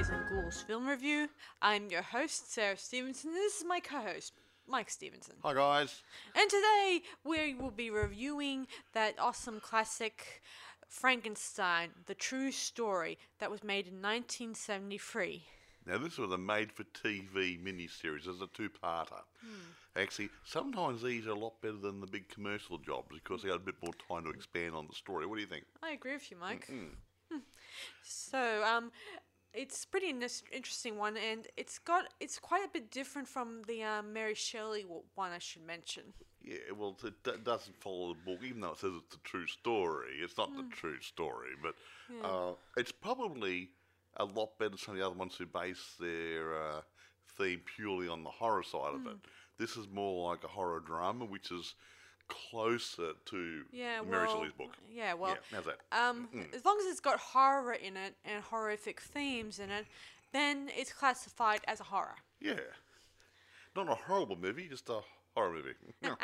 People's Film Review. I'm your host, Sarah Stevenson. This is my co host, Mike Stevenson. Hi guys. And today we will be reviewing that awesome classic, Frankenstein, the true story that was made in 1973. Now this was a made-for-TV miniseries. It's a two-parter. Actually, sometimes these are a lot better than the big commercial jobs because they had a bit more time to expand on the story. What do you think? I agree with you, Mike. Hmm. so, um, it's pretty in- interesting one, and it's got it's quite a bit different from the um, Mary Shelley w- one I should mention. Yeah, well, it d- doesn't follow the book, even though it says it's a true story. It's not the true story, but uh, it's probably a lot better than some of the other ones who base their uh, theme purely on the horror side of it. This is more like a horror drama, which is closer to Yeah, Mary well, Shelley's book. Yeah, well, yeah, how's that? Um, Mm. As long as it's got horror in it and horrific themes in it, then it's classified as a horror. Yeah. Not a horrible movie, just a horror movie.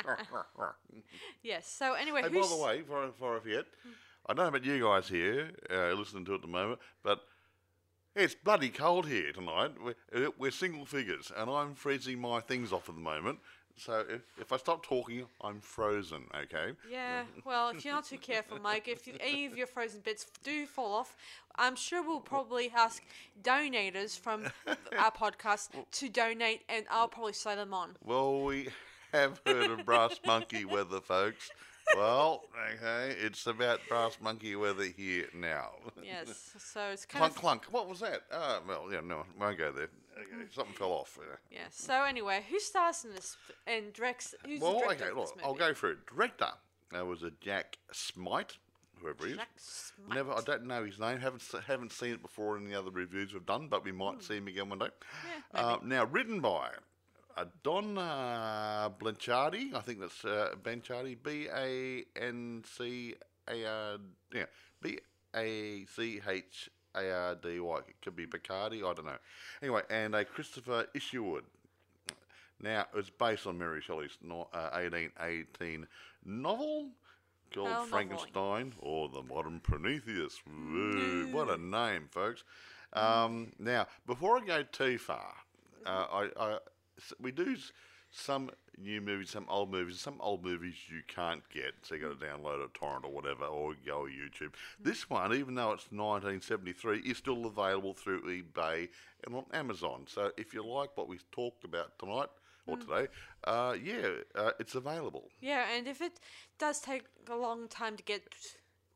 and Yes. So anyway, by who's- the way, before, before I forget, I don't know about you guys here uh, listening to it at the moment, but it's bloody cold here tonight. We're, uh, we're single figures, and I'm freezing my things off at the moment. So if, if I stop talking, I'm frozen, okay? Yeah. Well, if you're not too careful, Mike, if you, any of your frozen bits do fall off, I'm sure we'll probably ask donators from our podcast to donate, and I'll probably slow them on. Well, we have heard of brass monkey weather, folks. Well, okay, it's about brass monkey weather here now. Yes. So it's kind Clunk, of clunk. What was that? Ah, well, yeah, no, won't go there. Okay, Something fell off. yeah. yeah. So anyway, who stars in this f- and directs? Who's the Well, director okay, of look, this I'll movie? go for it. Director. That was a Jack Smite, whoever he is. Jack Smite. Never, I don't know his name. Haven't se- haven't seen it before in the other reviews we've done, but we might Hmm. see him again one day. uh, now, written by uh, Don uh, Blanchardi. I think that's uh, Blanchardi. B A N C A R. Yeah, B A C H A R D Y. It could be Bacardi. I don't know. Anyway, and uh, Christopher Isherwood. Now, it's based on Mary Shelley's no- uh, 1818 novel called Hell, noveling. Frankenstein or The Modern Prometheus. Woo, what Mm. a name, folks. Um, now, before I go too far, uh, I, Mm-hmm. I s we do s- some new movies, some old movies, some old movies you can't get, so you got to Mm. download a torrent or whatever, or go on YouTube. This one, even though it's 1973, is still available through eBay and on Amazon. So if Mm. you like what we talked about tonight or today, uh, yeah, uh, it's available. Yeah, and if it does take a long time to get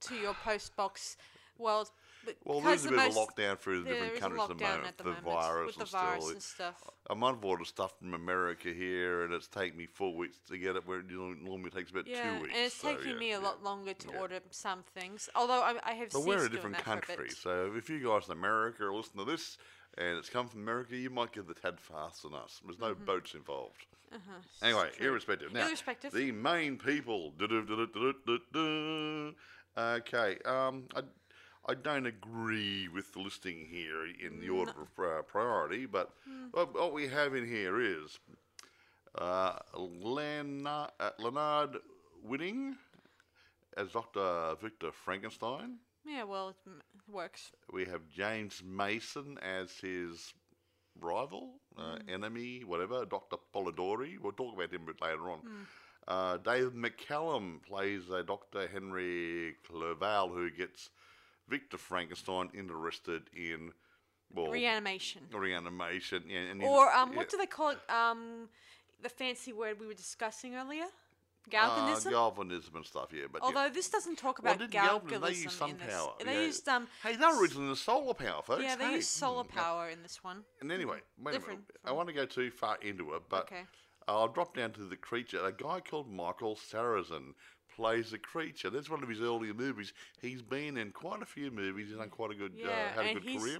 to your post box, well, b- Well, because there's a the bit of a most- lockdown for the there different is a countries at the lockdown moment. at the the moment virus with the and virus still. uh, and stuff. I'm on board of stuff from America here, and it's taken me four weeks to get it. Where it normally normally takes about Yeah, two weeks. and it's so, taking yeah, me a yeah. lot longer to yeah. order some things. Although I, I have But ceased we're a doing different that for a country, bit. so if you guys in America are listening to this and it's come from America, you might get the tad faster than us. There's Mm-hmm. no boats involved. Anyway, irrespective. Now, Uh-huh. Irrespective. the main people. Du-du-du-du-du-du-du. Okay, um, I, I don't agree with the listing here in the order of pri- priority, but Hmm. what, what we have in here is uh, Leonard, uh, Leonard Winning as Dr. Victor Frankenstein. Yeah, well, it m- works. We have James Mason as his rival, uh, Mm. enemy, whatever, Dr. Polidori. We'll talk about him a bit later on. Mm. Uh, David McCallum plays uh, Dr. Henry Clerval, who gets Victor Frankenstein interested in, well, Reanimation. reanimation. Yeah, and he's- Or um, yeah, what do they call it? Um, the fancy word we were discussing earlier, uh, galvanism. galvanism and stuff, yeah. But yeah. Although this doesn't talk Well, about didn't galvanism Galvanism, they used sun in this. power. They yeah. used um, Hey, they s- were originally solar power, folks. Yeah, they hey. use solar Mm, yeah. power in this one. And anyway, wait a minute. Different I want to go too far into it, but Okay. I'll drop down to the creature. A guy called Michael Sarrazin plays the creature. That's one of his earlier movies. He's been in quite a few movies. He's done quite a good, Yeah, uh, had a and good he's- career.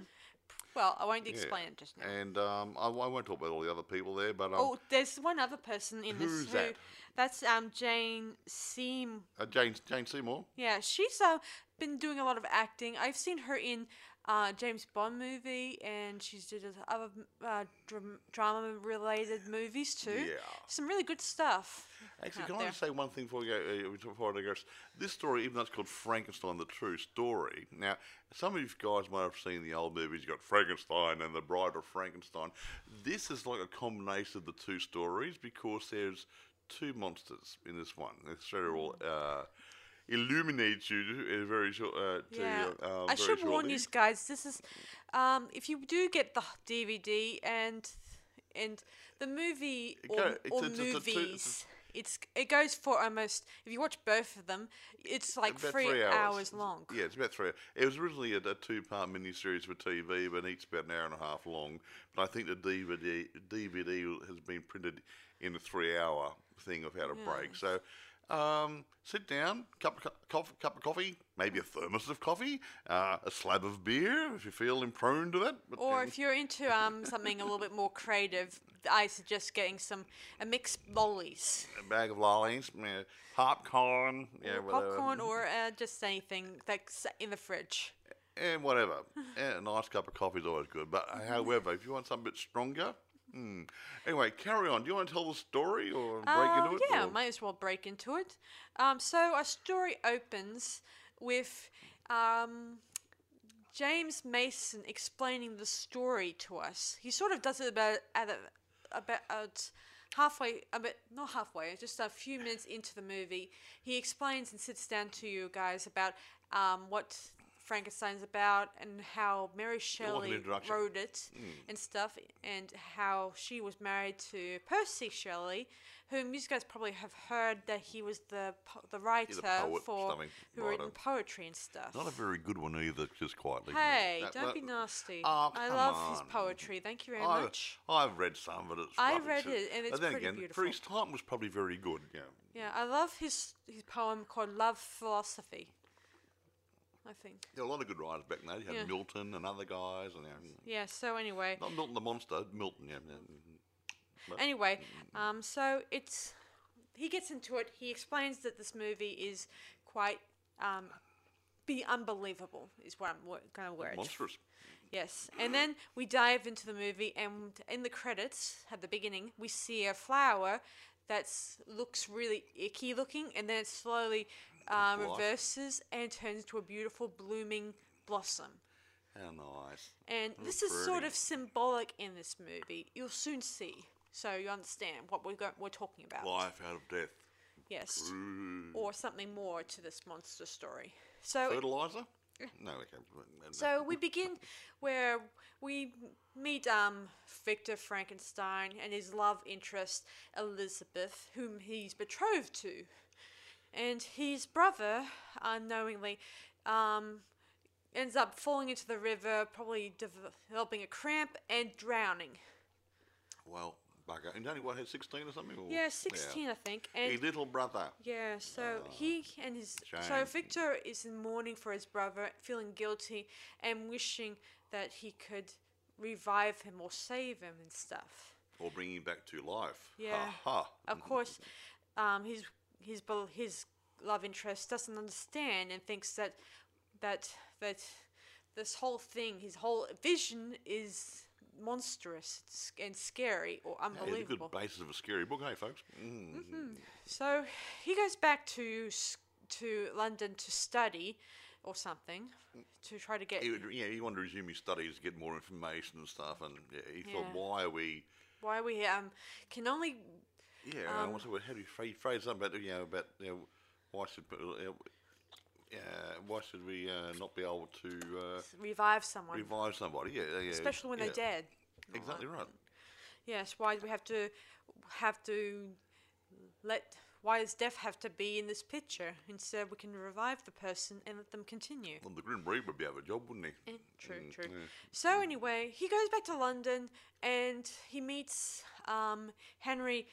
Well, I won't Yeah. explain it just now. And um, I, I won't talk about all the other people there, but um, oh, there's one other person in Who's this who that? that's um Jane Seam. uh, Jane Jane Seymour. Yeah, she's uh, been doing a lot of acting. I've seen her in uh, James Bond movie, and she's did other uh, dram- drama related movies too. Yeah. Some really good stuff. Actually, out can I there. just say one thing before we go? Uh, before I digress, this story, even though it's called Frankenstein: The True Story, now some of you guys might have seen the old movies. You got Frankenstein and The Bride of Frankenstein. This is like a combination of the two stories because there's two monsters in this one. The story will Mm. uh, illuminate you in a very short. Uh, to, Yeah, uh, um, I very should warn shortly. you guys. This is, um, if you do get the DVD and and the movie or, go- it's- or it's- it's a two- it's a- movies, it's it goes for almost. If you watch both of them, it's like About three, hours. long. Yeah, it's about three. It was originally a, a two-part miniseries for TV, but each about an hour and a half long. But I think the DVD DVD has been printed in a three-hour thing without a break. So. Um, sit down, cup of, co- cof- cup of coffee, maybe a thermos of coffee, uh, a slab of beer if you feel prone to that. But Or then- if you're into um something a little bit more creative, I suggest getting some a mixed lollies, a bag of lollies, yeah, popcorn, yeah, or whatever. popcorn, or uh, just anything that's in the fridge. and whatever. and a nice cup of coffee is always good. But however, if you want something a bit stronger, hmm. anyway, carry on. Do you want to tell the story or break Uh, into it? Yeah, or- might as well break into it. Um, so our story opens with um, James Mason explaining the story to us. He sort of does it about at a, about halfway, a bit not halfway, just a few minutes into the movie. He explains and sits down to you guys about um, what Frankenstein's about and how Mary Shelley introduction. Mm. wrote it and stuff, and how she was married to Percy Shelley, whom you guys probably have heard that he was the po- the writer poet, for something, who writer. written poetry and stuff. Not a very good one either, just quietly. Hey, That- don't that- be nasty. Oh, I come love on. his poetry. Thank you very I've, much. I've read some, but it's. I rubbish. read it, and it's but then pretty again, beautiful. For his time, was probably very good. Yeah. Yeah, I love his his poem called Love Philosophy. I think. There were a lot of good writers back then. You had Yeah. Milton and other guys, and yeah. Yeah. So anyway, not Milton the monster, Milton. Yeah. yeah. anyway, Mm. um, so it's he gets into it. He explains that this movie is quite um, be unbelievable is what I'm going to word. Monstrous. Yes, and then we dive into the movie, and in the credits at the beginning, we see a flower that looks really icky looking, and then it slowly um, Life. reverses and turns to a beautiful blooming blossom. How nice. And this is sort pretty. of symbolic in this movie. You'll soon see, so you understand what we're go- we're talking about. Life out of death. Yes, Ooh. or something more to this monster story. So Fertilizer? No, okay. So we begin where we meet um, Victor Frankenstein and his love interest, Elizabeth, whom he's betrothed to. And his brother, unknowingly, um, ends up falling into the river, probably developing a cramp and drowning. Well, bugger. And only what had sixteen or something? Or? Yeah, 16, I think. And His little brother. Yeah, so he Oh, and his so shame. Victor is in mourning for his brother, feeling guilty and wishing that he could revive him or save him and stuff. Or bring him back to life. Yeah. Ha ha. Of course, um, his his bel- his love interest doesn't understand and thinks that that that this whole thing, his whole vision, is monstrous it's- and scary or Hey, it's a good unbelievable. Mm-hmm. basis of a scary book, hey folks. Mm. So he goes back to s- to London to study or something to try to get He would, yeah, he wanted to resume his studies, get more information and stuff, and yeah, he thought, Yeah. why are we? why we um can only Yeah, I Um, want to. How do you phrase, phrase something about you know about you know, why should uh, uh, why should we uh, not be able to uh, revive someone, revive somebody? Yeah, yeah, yeah, especially when yeah. they're dead. and all Exactly that. right. Yes, why do we have to have to let why does death have to be in this picture instead we can revive the person and let them continue. Well, the Grim Reaper would be out of a job, wouldn't he? Eh, True, Mm, true. So anyway, he goes back to London and he meets um, Henry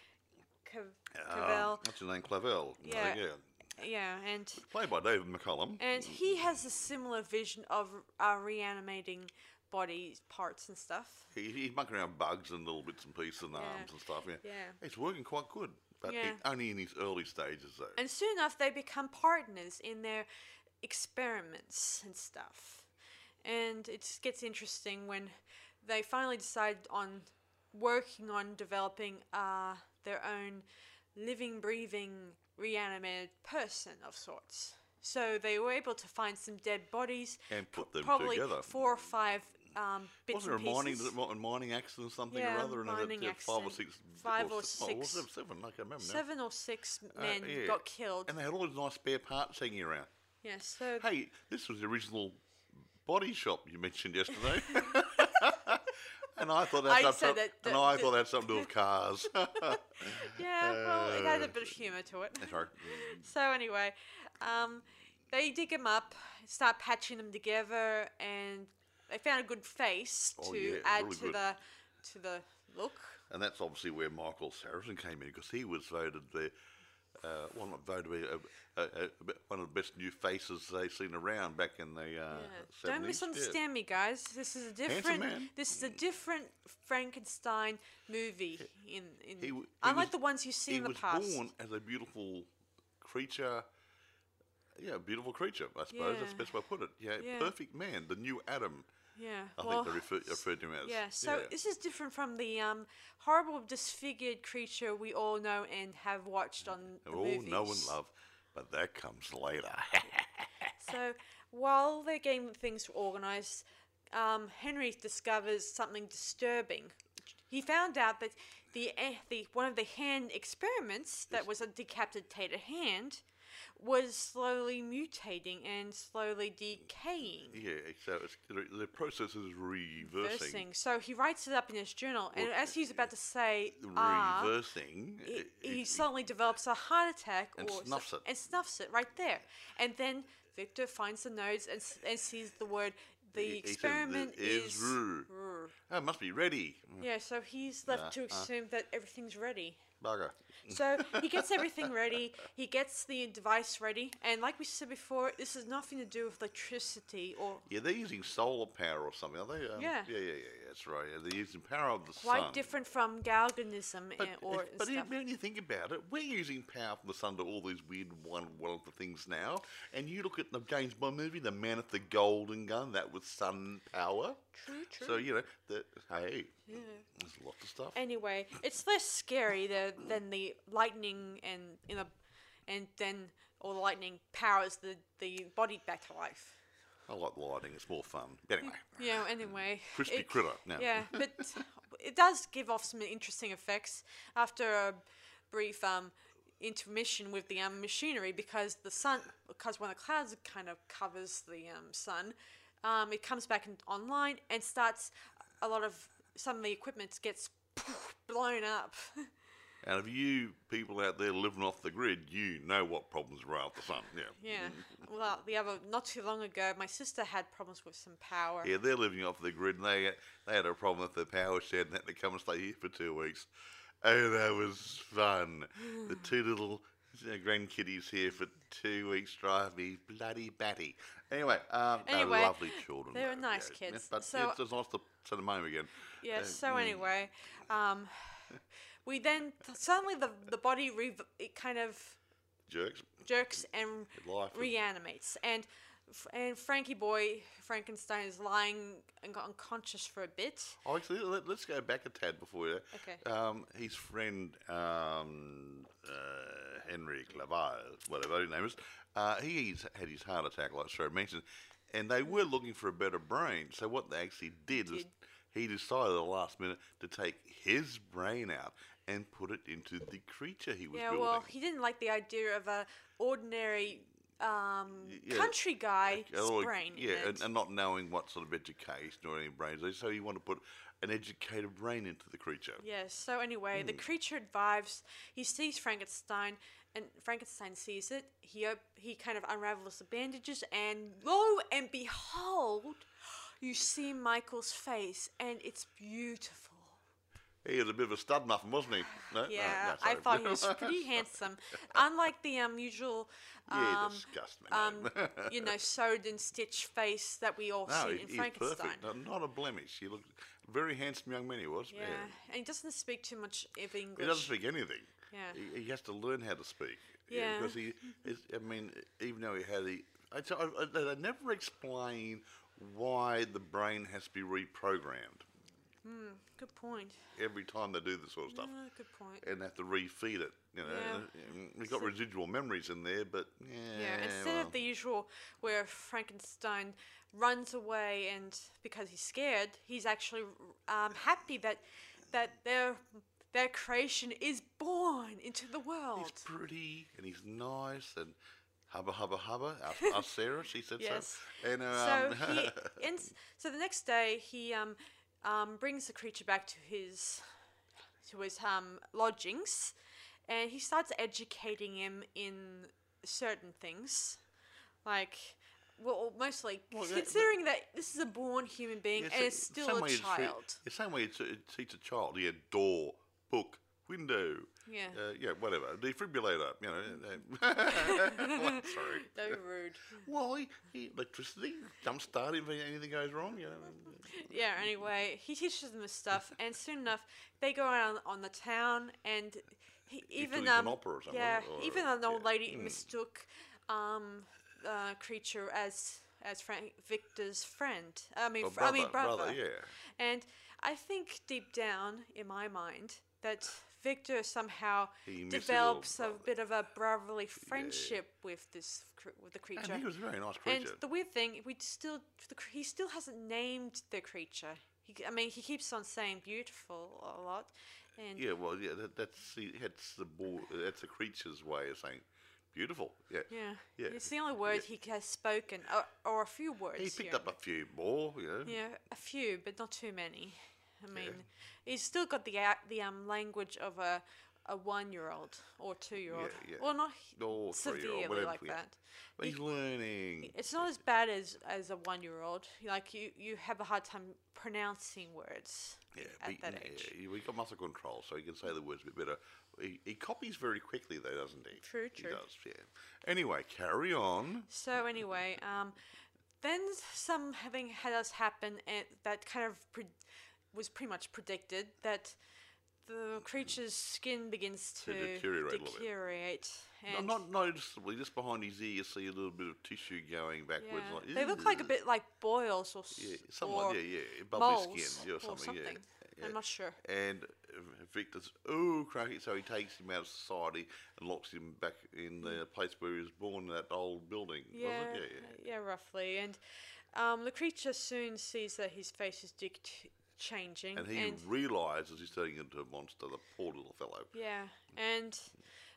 Cav- Uh, Cavell. That's Um, his name, Clavel. Yeah. yeah. Yeah, and Played by David McCollum. and he has a similar vision of uh, reanimating body parts and stuff. He, he's mucking around bugs and little bits and pieces and arms and stuff. Yeah. Yeah. It's working quite good, but Yeah. it- only in his early stages, though. And soon enough, they become partners in their experiments and stuff. and it gets interesting when they finally decide on working on developing uh, their own living, breathing, reanimated person of sorts. So they were able to find some dead bodies, And put them probably together. four or five um, bits Wasn't there a and mining, pieces. a mining accident or something Yeah, or other? And mining it, uh, five or accident. six. Five or se- oh, was six. it seven? I can't remember now. Seven or six Uh, men yeah. got killed. And they had all these nice spare parts hanging around. yes, so Hey, this was the original body shop you mentioned yesterday. and I thought I that said had some- that- and that- I that- thought that had something to do with cars. yeah, well, it had a bit of humour to it. Sorry. So anyway, um, they dig him up, start patching them together, and they found a good face Oh, to yeah, add really to good. the to the look. And that's obviously where Michael Saracen came in because he was voted the uh, well, not voted uh, uh, uh, one of the best new faces they've seen around back in the uh, Yeah. 70s. Don't yeah. misunderstand me, guys. This is a different. man. Mm. This is a different Frankenstein movie. In in He w- he unlike was- the ones you see he in the was past. born as a beautiful creature. Yeah, a beautiful creature, I suppose. That's Yeah. the best way to put it. Yeah, Yeah. perfect man, the new Adam, Yeah. I well, think they refer, referred to him as. Yeah, so this is different from the um, horrible, disfigured creature we all know and have watched on the all movies. know and love, but that comes later. So while they're getting things organised, um, Henry discovers something disturbing. He found out that the, eh, the one of the hand experiments that was a decapitated hand was slowly mutating and slowly decaying. yeah, so it's, the, the process is reversing. Reversing. So he writes it up in his journal, and Well, eh, as he's about to say "ah," Reversing. he- it- he it- suddenly develops a heart attack And or so- snuffs it. and snuffs it right there and then victor finds the notes and, s- and sees the word the He- he says, "This experiment is is rue." rue." oh, it must be ready. Mm, yeah so he's left uh. to assume that everything's ready Bugger. so he gets everything ready he gets the device ready and like we said before this is nothing to do with electricity or Yeah, they're using solar power or something, are they? Um, Yeah. Yeah, yeah, yeah, yeah, that's right. Yeah, they're using power of the quite sun. different from galvanism But, and, or if- and but stuff. if- when you think about it, we're using power from the sun to all these weird, one- wonderful things now. And you look at the James Bond movie, The Man with the Golden Gun, that was sun power. True, true. So you know, the, hey, there's lots of stuff. Anyway, it's less scary tha- than the lightning and you know, and then all the lightning powers the the body back to life. I like lighting; it's more fun. But anyway, Yeah. Anyway. Crispy critter, no. Yeah, but it does give off some interesting effects after a brief um intermission with the um machinery because the sun because when the clouds kind of covers the um sun, um it comes back in, online and starts a lot of some of the equipment gets blown up. and if you people out there living off the grid, you know what problems are after sun. Yeah, Yeah. Mm-hmm. Well, the other not too long ago, my sister had problems with some power. yeah, they're living off the grid, and they they had a problem with their power shed, and had to come and stay here for two weeks. Oh, that was fun. the two little uh, grandkiddies here for two weeks drive me bloody batty. Anyway, um, they're Anyway, lovely children. they were though, nice yeah. kids. But So- it's, it's nice to see them home again. Yeah. Uh, So anyway, um, we then suddenly the the body re- it kind of jerks. jerks and Life is- reanimates and. f- And Frankie Boy Frankenstein is lying and got unconscious for a bit. Oh, actually, let, let's go back a tad before you. Okay. Um, his friend um, uh, Henry Clavard, whatever his name is, uh, he's had his heart attack, like Sarah mentioned, and they were looking for a better brain. So what they actually did is Did. he decided at the last minute to take his brain out and put it into the creature he was Yeah, building. well, he didn't like the idea of a ordinary um, yeah, country guy Yeah, or- brain. in Yeah, it. and, and not knowing what sort of education or any brains. they- So he wanted to put an educated brain into the creature. Yes. So anyway, Hmm. the creature survives. He sees Frankenstein, and Frankenstein sees it. He op- he kind of unravels the bandages, and lo and behold, you see Michael's face, and it's beautiful. He was a bit of a stud muffin, wasn't he? No? No, no, Yeah, I sorry. thought he was pretty handsome, unlike the um, usual, yeah, um, disgusting. um, you know, sewed and stitched face that we all no, see he- in he's Frankenstein. perfect. No, not a blemish. He looked very handsome young man. He was. Yeah, and he doesn't speak too much of English. He doesn't speak e anything. Yeah. He, he has to learn how to speak. Yeah. Because he, is, I mean, even though he had the, I, I, I, they never explain why the brain has to be reprogrammed Good point. every time they do this sort of stuff, Ah, good point. and they have to refeed it. You know, Yeah. And we got residual memories in there, but yeah, Yeah, instead well, of the usual where Frankenstein runs away and because he's scared, he's actually um, happy that that their their creation is born into the world. he's pretty and he's nice and hubba hubba hubba. Our, our Sarah, she said Yes. so. And So um, he ins- so the next day he um, um, brings the creature back to his to his um, lodgings, and he starts educating him in certain things, like well mostly Well, that- considering that, this is a born human being Yes, and it- it's the still same a way you'd treat- child. The same way you t- teach a child, yeah, door, book, window, Yeah. uh, yeah, whatever, defibrillator, you know. Mm. uh, well, sorry. So rude. Well, he, he, electricity, jump start if anything goes wrong, you know. Yeah, anyway, he teaches them this stuff, and soon enough, they go around on the town, and he, even believes in um, opera or something, yeah, or- even an old yeah. hmm. lady mistook um, uh, creature as as Frank Victor's friend. I mean, Or fr- I mean brother. Oh, yeah. And I think deep down in my mind that Victor somehow He misses develops old a brother. bit of a brotherly friendship with this cr- with the creature. And he was a very nice And creature. the weird thing, we still the, cr- he still hasn't named the creature. He, I mean, he keeps on saying beautiful a lot, and yeah, well, yeah, that, that's, the, that's, the ball, that's the creature's way of saying beautiful, yeah. yeah, Yeah. it's the only word he has spoken, or, or a few words. He yeah. picked up a few more, you know. yeah, a few, but not too many. I mean, he's still got the ac- the um language of a a one year old or two year old, Yeah, yeah. or not Or three or severely whatever, like yeah. that. But he's learning. It's not as bad as as a one year old. Like you, you have a hard time pronouncing words Yeah, at we, that age. yeah, we got muscle control, so he can say the words a bit better. He, he copies very quickly, though, doesn't he? True, He true. does, yeah. Anyway, carry on. So anyway, um, then s- some having had us happen and that kind of pre- was pretty much predicted that the creature's skin begins to, deteriorate a little bit. deteriorate Not, and not noticeably, just behind his ear, you see a little bit of tissue going yeah. backwards. like, they look like a "Ew." bit like boils or s- Yeah, somewhat, or yeah, yeah. Bubbly moles skin, yeah, or or something, yeah, yeah. I'm not sure. And uh, Victor's, ooh, cracky. So he takes him out of society and locks him back in the place where he was born, that old building. Mm. Yeah, Was it? uh, yeah, roughly. And um, the creature soon sees that his face is dict changing, And he realises he's turning into a monster, the poor little fellow. Yeah, and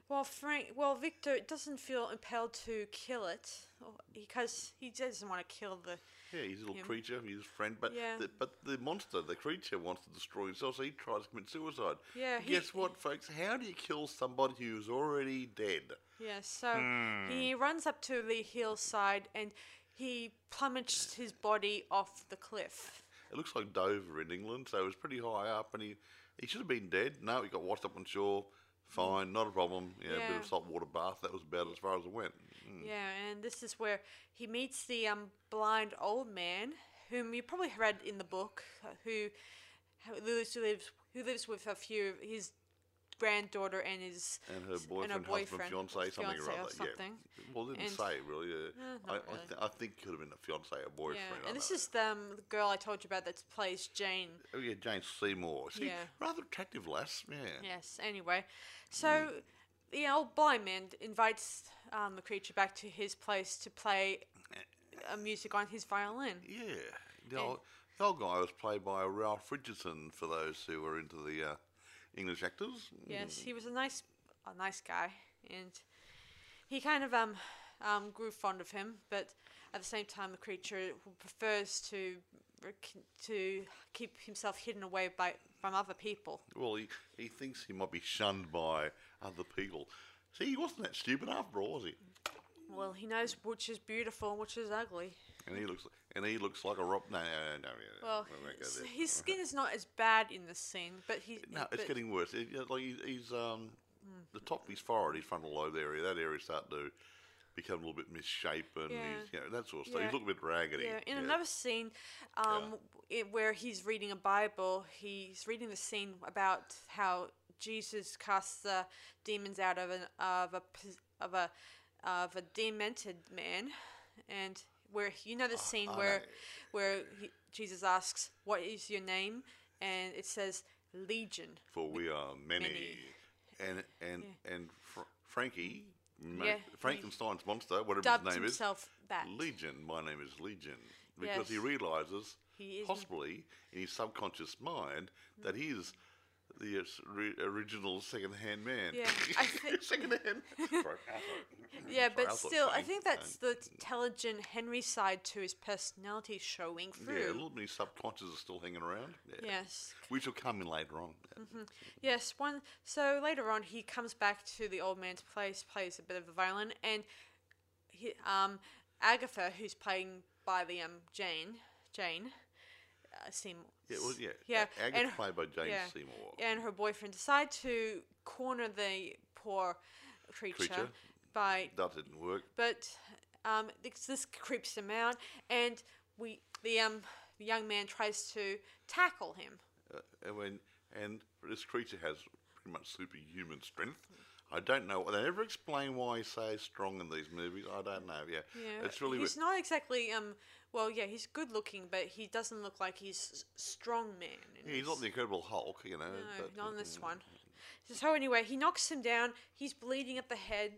while Frank, while Victor doesn't feel impelled to kill it oh, because he doesn't want to kill the. Yeah, he's a little him. creature, he's his friend, but Yeah. the, but the monster, the creature, wants to destroy himself, so he tries to commit suicide. Yeah, And he- Guess what, folks? How do you kill somebody who's already dead? Yeah, so Hmm. he runs up to the hillside and he plummets his body off the cliff. It looks like Dover in England, so it was pretty high up, and he he should have been dead. No, he got washed up on shore. Fine, not a problem. Yeah, a bit Yeah. of saltwater bath. That was about as far as it went. Yeah, and this is where he meets the um, blind old man, whom you probably read in the book, uh, who who lives, who lives who lives with a few of his granddaughter and his And her boyfriend, husband, fiance, something or fiancé other. something. Yeah. Well, it didn't And- say really. Uh, not I, I, really. th- I think it could have been a fiance or boyfriend. Yeah, I and this don't is the, um, the girl I told you about that plays Jane. know. oh yeah, Jane Seymour. She Yeah. rather attractive lass. Yeah. Yes. Anyway, so Hmm. the old blind man invites um, the creature back to his place to play Eh. uh, music on his violin. Yeah. The old, the old guy was played by Ralph Richardson. For those who are into the uh, English actors. Yes, he was a nice, a nice guy, and he kind of um, um, grew fond of him. But at the same time, the creature prefers to rec- to keep himself hidden away by from other people. Well, he, he thinks he might be shunned by other people. See, he wasn't that stupid after all, was he? Well, he knows which is beautiful and which is ugly. And he looks and he looks like a rob. No, no, no, no. yeah, Well, we won't go his, there. Oh, his skin is not as bad in this scene, but he No, it's but- Hmm. getting worse. It, yeah, like he, he's um, the top of his forehead, his frontal lobe area, that area starting to become a little bit misshapen. Yeah. He's, you know, that sort of stuff. Yeah. He's looking a bit raggedy. Yeah, in another scene, um, it, where he's reading a Bible, he's reading the scene about how Jesus casts the demons out of an of a pos- of a of a demented man, and where you know the Oh, scene where where he, Jesus asks, "What is your name?" and it says Legion. for we are many. Many. And and and Fr- Frankie, Ma- Yeah, he Frankenstein's monster, whatever Dubbed his name is, himself that. Legion. My name is Legion because he Yes. realizes, He is- possibly in his subconscious mind, that he is the s- ri- original second-hand man. Yeah, I thi- second-hand. Sorry, Yeah, Sorry, I but thought still, I Frank- think that's the intelligent Henry side to his personality showing Yeah, a through. little bit of subconscious is still hanging around. Yeah. Yes. Which will come in later on. Yeah. Mm-hmm. Yes, one. So later on, he comes back to the old man's place, plays a bit of the violin, and he, um, Agatha, who's playing by the um Jane, Jane, uh, Seymour. Yeah, well, yeah. Yeah, A- Agatha and- played by James yeah. Seymour. and her boyfriend decide to corner the poor creature, Creature. by, That didn't work. but um, this, this creeps him out, and we the um the young man tries to tackle him. Uh, and, when, and this creature has pretty much superhuman strength. I don't know. They never explain why he's so strong in these movies. I don't know. Yeah, Yeah, it's really he's weird. not exactly um. Well, yeah, he's good looking, but he doesn't look like he's s- strong man. in Yeah, he's this. not the Incredible Hulk, you know. No, but, uh, mm. not in this one. So, so anyway, he knocks him down. He's bleeding at the head.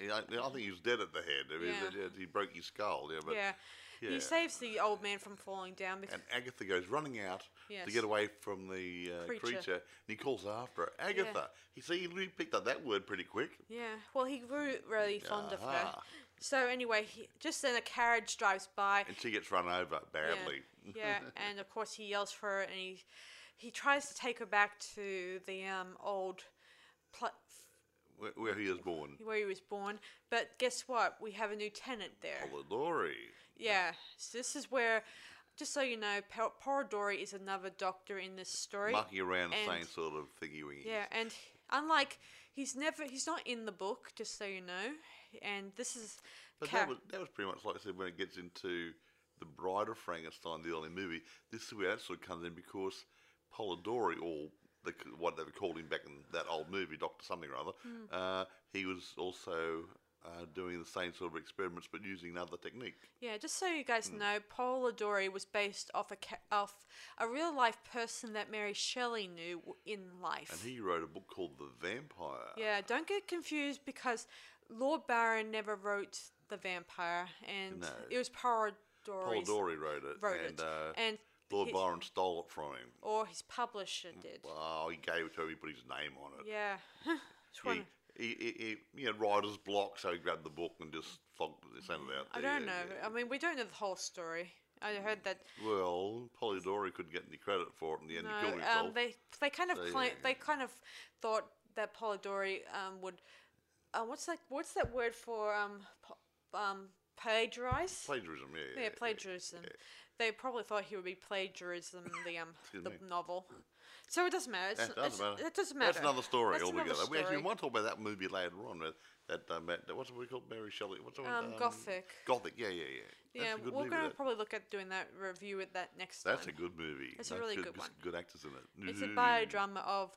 Yeah, I, I think he was dead at the head. I mean, Yeah. yeah, he broke his skull. Yeah, but yeah. yeah. he saves the old man from falling down. Because, And Agatha goes running out Yes. to get away from the uh, Creature. creature. and he calls after her, Agatha. You see, he picked up that word pretty quick. yeah, well, he grew really fond of her. Ah. So anyway, he, just then a carriage drives by. And she gets run over badly. Yeah, yeah, and of course he yells for her, and he he tries to take her back to the um old. Pl- Where, where he is born. where he was born. But guess what? We have a new tenant there. Polidori. Yeah. So this is where, just so you know, Pol- Polidori is another doctor in this story. Mucking around the And- same sort of thingy wingy. Yeah, and unlike he's never he's not in the book, just so you know. And this is But char- that was, that was pretty much like I said when it gets into the Bride of Frankenstein, the early movie. This is where that sort of comes in because Polidori, or the, c- what they called him back in that old movie, Doctor something or other, Hmm. uh, he was also uh, doing the same sort of experiments but using another technique. yeah. Just so you Hmm. guys know, Polidori was based off a ca- off a real life person that Mary Shelley knew w- in life. And he uh, wrote a book called The Vampire. Yeah, don't get confused because Lord Byron never wrote The Vampire, and No. it was Polidori's Polidori wrote it. wrote it, and, Uh, and Lord his- Byron stole it from him. or his publisher did. Well, he gave it to him, he put his name on it. Yeah, Just he, wanna- he, he, he, he had writer's block, so he grabbed the book and just flogged it sent it out Mm. I there. don't yeah, know. Uh, I mean, we don't know the whole story. I heard that. yeah. Well, Polidori couldn't get any credit for it in the end. he killed No, himself. um, they they kind of So, cla- yeah. they kind of thought that Polidori um, would. Uh, what's that? What's that word for um, po- um, plagiarize? plagiarism, yeah. Yeah, plagiarism. They probably thought he would be plagiarism the um Excuse the me. novel. So it doesn't matter. It's, That doesn't matter. It doesn't matter. That's another story That's another altogether. We actually story. might talk about that movie later on. That, that, um, that what's it we called? Mary Shelley. What's it Um, Gothic. Gothic. Yeah, yeah, yeah. yeah, That's a good we're movie, gonna that. probably look at doing that review at that next That's a time. good movie. It's a That's really good, good got some one. Good actors in it. it's a Ooh. biodrama of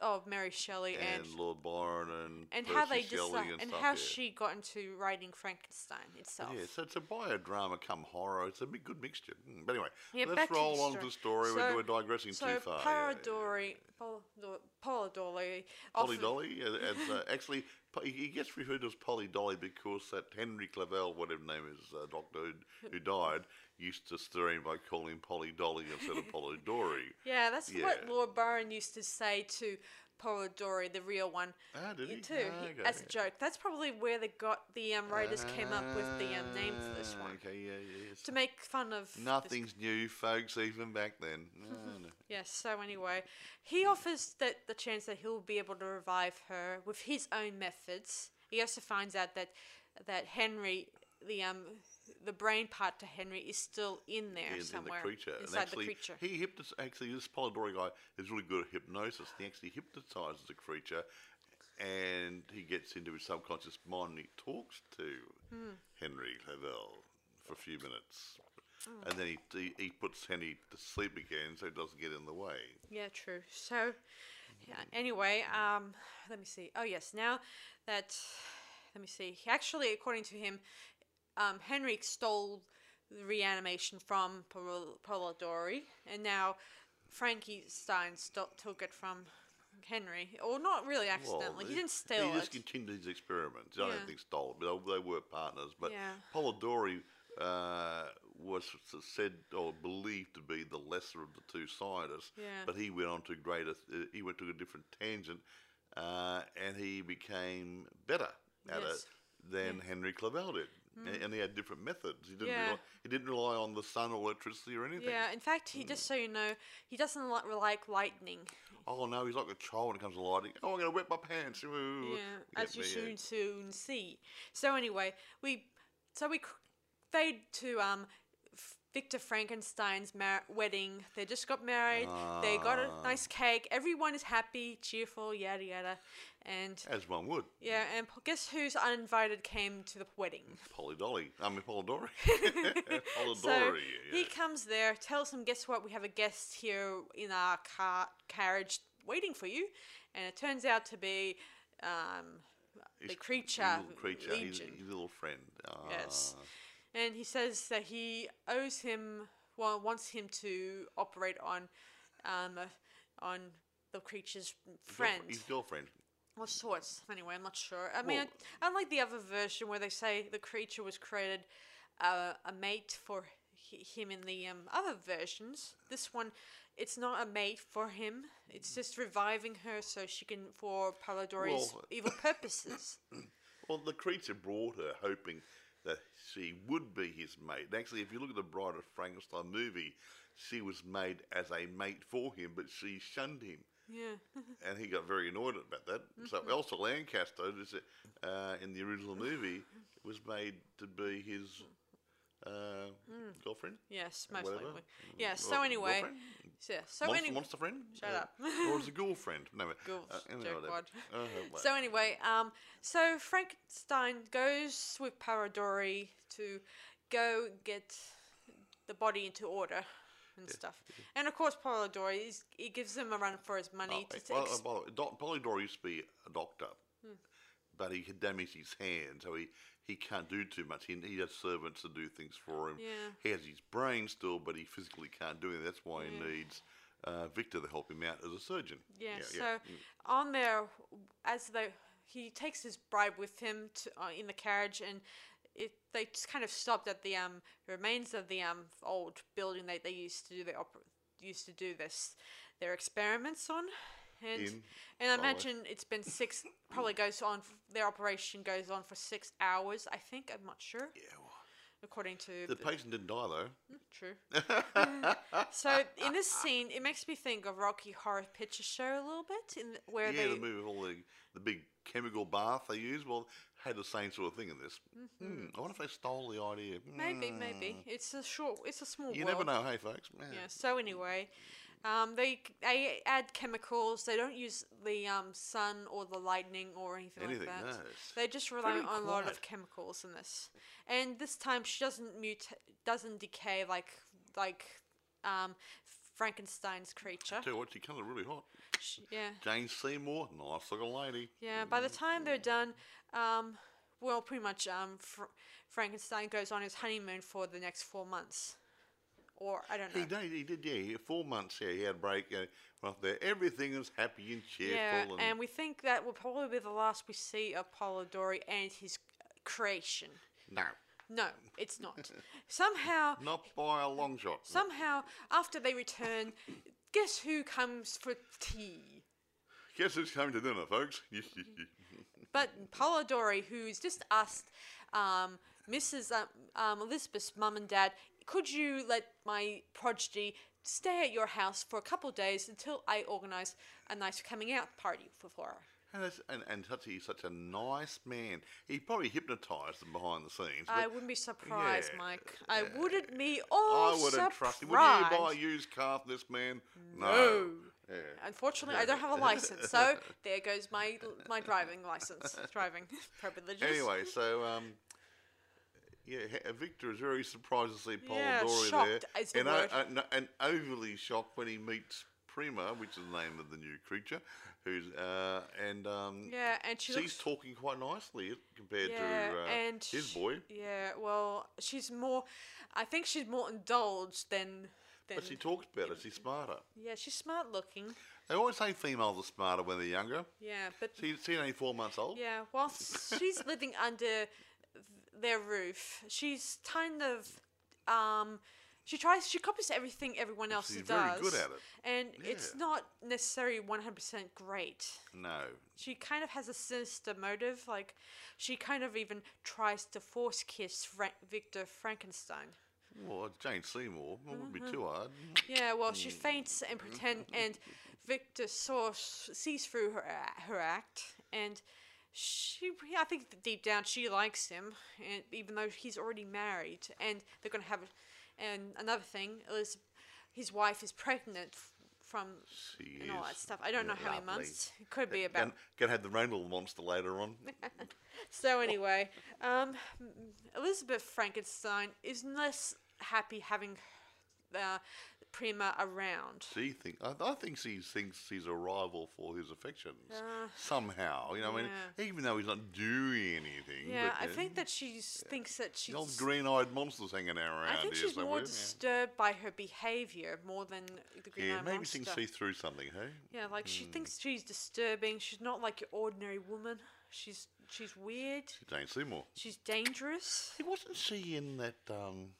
of Mary Shelley and And Lord Byron and and how they Percy just Shelley and, and stuff, how yeah. she got into writing Frankenstein itself. Yeah, so it's a biodrama come horror. It's a mi- good mixture. Mm, But anyway, Yeah, back let's to the roll on story. to the story. So- we're, we're digressing So too far. yeah, yeah. Polidori, Polidori, Polidori, Polly often- Dolly, uh, as, uh, actually, po- he he gets referred to as Polly Dolly because that Henry Clavell, whatever his name is, uh, doctor who, who died, used to stir him by calling him Polly Dolly instead of Polidori. Yeah, that's what Yeah. Lord Byron used to say to Polidori, the real one, Ah, did you he? too, Ah, he- okay. as a joke. That's probably where they got the um, writers came up with the um, name for this Ah, one Okay, yeah, yeah. yes. to make fun of. this- Nothing's new, folks, even back then. No, no. Yes. So anyway, he offers that the chance that he'll be able to revive her with his own methods. He also finds out that that Henry, the um, the brain part to Henry is still in there in, in somewhere the creature. And inside actually, the creature. He hypnotis- actually, this Polidori guy is really good at hypnosis. He actually hypnotizes the creature and he gets into his subconscious mind and he talks to Hmm. Henry Clavell for a few minutes. Oh. And then he, he, he puts Henry to sleep again so he doesn't get in the way. Yeah, true. So, yeah, anyway, um, let me see. Oh yes, now that let me see. He actually, according to him, um, Henrik stole the reanimation from Pol- Polidori, and now Frankenstein sto- took it from Henry. Or not really accidentally. he didn't steal He it. just continued his experiments. I Yeah. don't think stole it, but they, they were partners. But Yeah. Polidori uh, was s- said or believed to be the lesser of the two scientists. Yeah. But he went on to greater. th- He went to a different tangent, uh, and he became better Yes. at Hmm. it than Henry Clavell did. A- And he had different methods. He didn't. Yeah. Rely, he didn't rely on the sun or electricity or anything. yeah, in fact, Hmm. he just so you know, he doesn't like, like lightning. Oh no, he's like a child when it comes to lighting. Oh, I'm gonna wet my pants. Ooh. Yeah, as Get you me, soon uh, soon see. So anyway, we so we cr- fade to um F- Victor Frankenstein's mar- wedding. They just got married. They got a nice cake. Everyone is happy, cheerful, yada yada, and As one would. yeah. And p- guess who's uninvited came to the wedding? Polly Dolly. I mean, Polidori. Polidori. So yeah. he comes there, tells them, "Guess what? We have a guest here in our car carriage waiting for you," and it turns out to be. Um, He's the a creature, Little creature. His, legion. his little friend. Ah, Yes. And he says that he owes him, well, wants him to operate on, um, uh, on the creature's friend His girlfriend. of sorts. Anyway, I'm not sure. I mean, Well- unlike the other version where they say the creature was created, uh, a mate for hi- him in the um, other versions, this one, it's not a mate for him. Mm. It's just reviving her so she can for Palidori's Well- evil purposes. Well, the creature brought her hoping that she would be his mate. And actually, if you look at the Bride of Frankenstein movie, she was made as a mate for him, but she shunned him. yeah. and he got very annoyed about that. So Mm-hmm. Elsa Lancaster, is, uh, in the original movie, was made to be his Mm. uh, girlfriend. Yes, Uh, most whatever. likely. Yeah. Or So anyway, girlfriend? so, so monster, anyway, monster friend. Shut up. or was it girlfriend? No, wait. Girls, anyway, joke whatever. wad. Uh, what? so anyway, um, so Frankenstein goes with Paradori to go get the body into order and stuff, and of course Paradori is, he gives him a run for his money. Oh, to, to Hmm. well, ex- well, Doc- Polidori used to be a doctor, but he had damaged his hand, so he, he can't do too much. He, he has servants to do things for him. Yeah. He has his brain still, but he physically can't do it. That's why Yeah. he needs uh, Victor to help him out as a surgeon. yeah, So Mm. on there, as they he takes his bride with him to, uh, in the carriage and. It, they just kind of stopped at the um, remains of the um, old building that they used to do the oper- used to do this their experiments on, and In and I Solid. imagine it's been six, probably goes on, f- their operation goes on for six hours, I think. I'm not sure, Yeah, well, according to. the the- patient didn't die though. true. so, in this scene, it makes me think of Rocky Horror Picture Show a little bit, in th- where yeah, they. the movie with all the, the big chemical bath they use. Well, had the same sort of thing in this. Mm, I wonder if they stole the idea. Mm-hmm. Maybe, Mm. maybe. It's a short, it's a small You world. never know, hey folks. Yeah. Yeah, so anyway. Um, they they add chemicals. They don't use the um, sun or the lightning or anything, Anything, like that. no, it's They just rely very on a lot of quiet. chemicals in this. And this time she doesn't muta- doesn't decay like like um, Frankenstein's creature. Tell you what, she comes really hot. She, yeah, Jane Seymour, nice looking lady. yeah. By the time they're done, um, well, pretty much um, Fr- Frankenstein goes on his honeymoon for the next four months, or I don't know. He did, he did, yeah. he- Four months, yeah, he had a break. Uh, went off there. Everything is happy and cheerful. Yeah, and, and we think that will probably be the last we see of Polidori and his creation. no, No, it's not. somehow, not by a long shot. somehow, after they return, guess who comes for tea? Guess who's coming to dinner, folks? But Polidori, who is just asked um, Mrs. Um, um, Elizabeth's mum and dad, could you let my prodigy stay at your house for a couple of days until I organise a nice coming out party for her? and, that's, and, and such, he's such a nice man. He probably hypnotised them behind the scenes. I but wouldn't be surprised, yeah, Mike. I wouldn't be all I wouldn't surprised. trust him. Would you buy a used car for this man? No. No. Yeah. Unfortunately, I don't have a license, so there goes my my driving license, driving privileges. Anyway, so um, yeah, H- Victor is very surprised to see Paul Yeah, Dory shocked there, is the and, word. and and overly shocked when he meets Prima, which is the name of the new creature, who's uh, and um, Yeah, and she she's looks. talking quite nicely compared yeah, to uh, and his sh- boy. Yeah, well, she's more. I think she's more indulged than. than But she talks better. She's smarter. yeah, she's smart looking. They always say females are smarter when they're younger. Yeah, but She, she's only four months old. yeah, whilst she's living under th- their roof, she's kind of um. She tries. She copies everything everyone else She's does, very good at it. and it's Yeah. not necessarily one hundred percent great. No. she kind of has a sinister motive. Like, she kind of even tries to force kiss Frank- Victor Frankenstein. Well, Jane Seymour. It wouldn't Uh-huh. be too hard. Yeah, well, she Mm. faints and Mm-hmm. pretend, and Victor saw, sees through her a- her act, and she. I think that deep down she likes him, and even though he's already married, and they're gonna have. And another thing is, his wife is pregnant f- from She and all that is stuff. I don't know how many lovely. months. It could be about Gonna, gonna have the rain little monster later on. So anyway, um, Elizabeth Frankenstein is less happy having uh, Prima around. She think I, I think she thinks she's a rival for his affections somehow. You know, I mean, Uh, yeah. even though he's not doing anything. Yeah, but, I you know, think that she s- thinks that she's. the old green-eyed monsters hanging around I think here she's more somewhere. disturbed by her behavior more than the yeah, green yeah, maybe she hmm. monster. can see through something. Hey, Yeah, like she thinks she's disturbing. She's not like your ordinary woman. She's she's weird. Jane Seymour. She's dangerous. Hey, wasn't she in that? um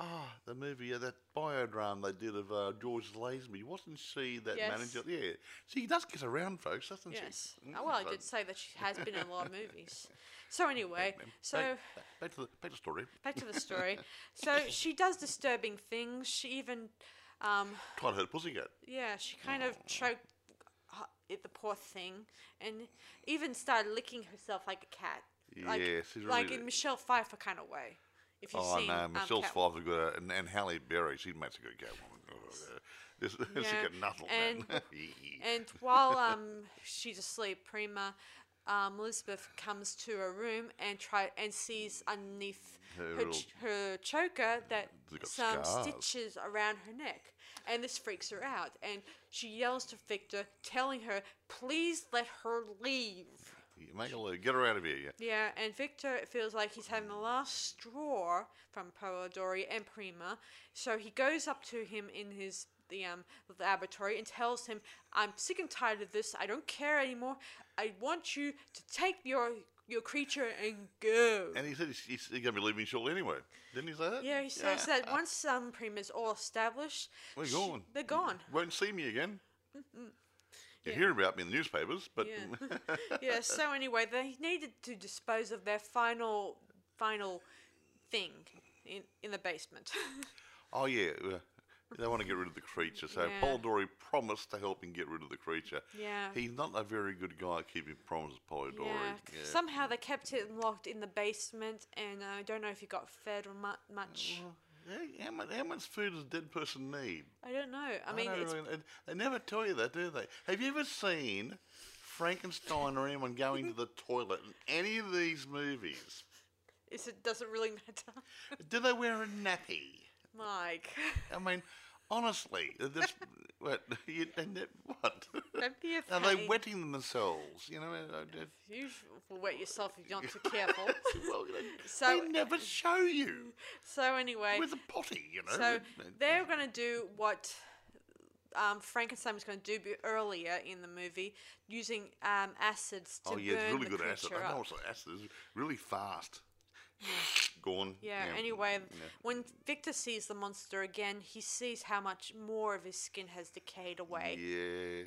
Ah, the movie, uh, that biodrama they did of uh, George Lazenby. Wasn't she that Yes. manager? Yeah, she does get around, folks, doesn't Mm, Yes. she? Oh, well, I so- did say that she has been in a lot of movies. So anyway, so. back, back to the back to the story. back to the story. so she does disturbing things. She even, um, Tried to hurt a pussycat. yeah, she kind of choked h- it, the poor thing, and even started licking herself like a cat. Like, Yeah, she's like really- in Michelle Pfeiffer kind of way. If you've Oh seen no, um, Michelle Catwoman. Pfeiffer's good, at, and, and Halle Berry, she makes a good Catwoman. Oh, yeah. This- she Yeah, got nothing. man. And while um, she's asleep, Prima, um, Elizabeth comes to her room and try and sees underneath Her her, little- ch- her choker that They got some scars. stitches around her neck, and this freaks her out. And she yells to Victor, telling her, "Please let her leave." You make a look. Get her out of here. Yeah. Yeah, and Victor it feels like he's having the last straw from Polidori and Prima, so he goes up to him in his the um laboratory and tells him, "I'm sick and tired of this. I don't care anymore. I want you to take your your creature and go." And he said he's, he's, going to be leaving shortly anyway. Didn't he say that? yeah, he says that once um Prima's all established, We're sh- gone. They're gone. Won't see me again. You hear about me in the newspapers, but Yeah. yeah. So anyway, they needed to dispose of their final final thing in in the basement. oh yeah, uh, they want to get rid of the creature. So Yeah. Paul Dory promised to help him get rid of the creature. Yeah. he's not a very good guy at keeping promises. Paul Dory. Yeah. Yeah. Somehow they kept it locked in the basement, and I don't know if he got fed or mu- much. Hey, How much, how much food does a dead person need? I don't know. I mean, Mm. don't it's, really- and they never tell you that, do they? Have you ever seen Frankenstein or anyone going to the toilet in any of these movies? it's, it doesn't really matter. Do they wear a nappy? Mike, I mean, honestly, this what you, and it- what? don't be Are afraid. they wetting themself? You know, uh, I- I- I- You sh- will wet yourself if you're not too careful. well, they, So- uh, they never show you so anyway, with a potty, you know. uh, so and- they're gonna do what um, Frankenstein was gonna do be- earlier in the movie, using um, acids to oh yeah, it's burn really the good acid. creature I know up. it's acid. It's really fast. Gone. Yeah, anyway, when Victor sees the monster again, he sees how much more of his skin has decayed away. Yeah.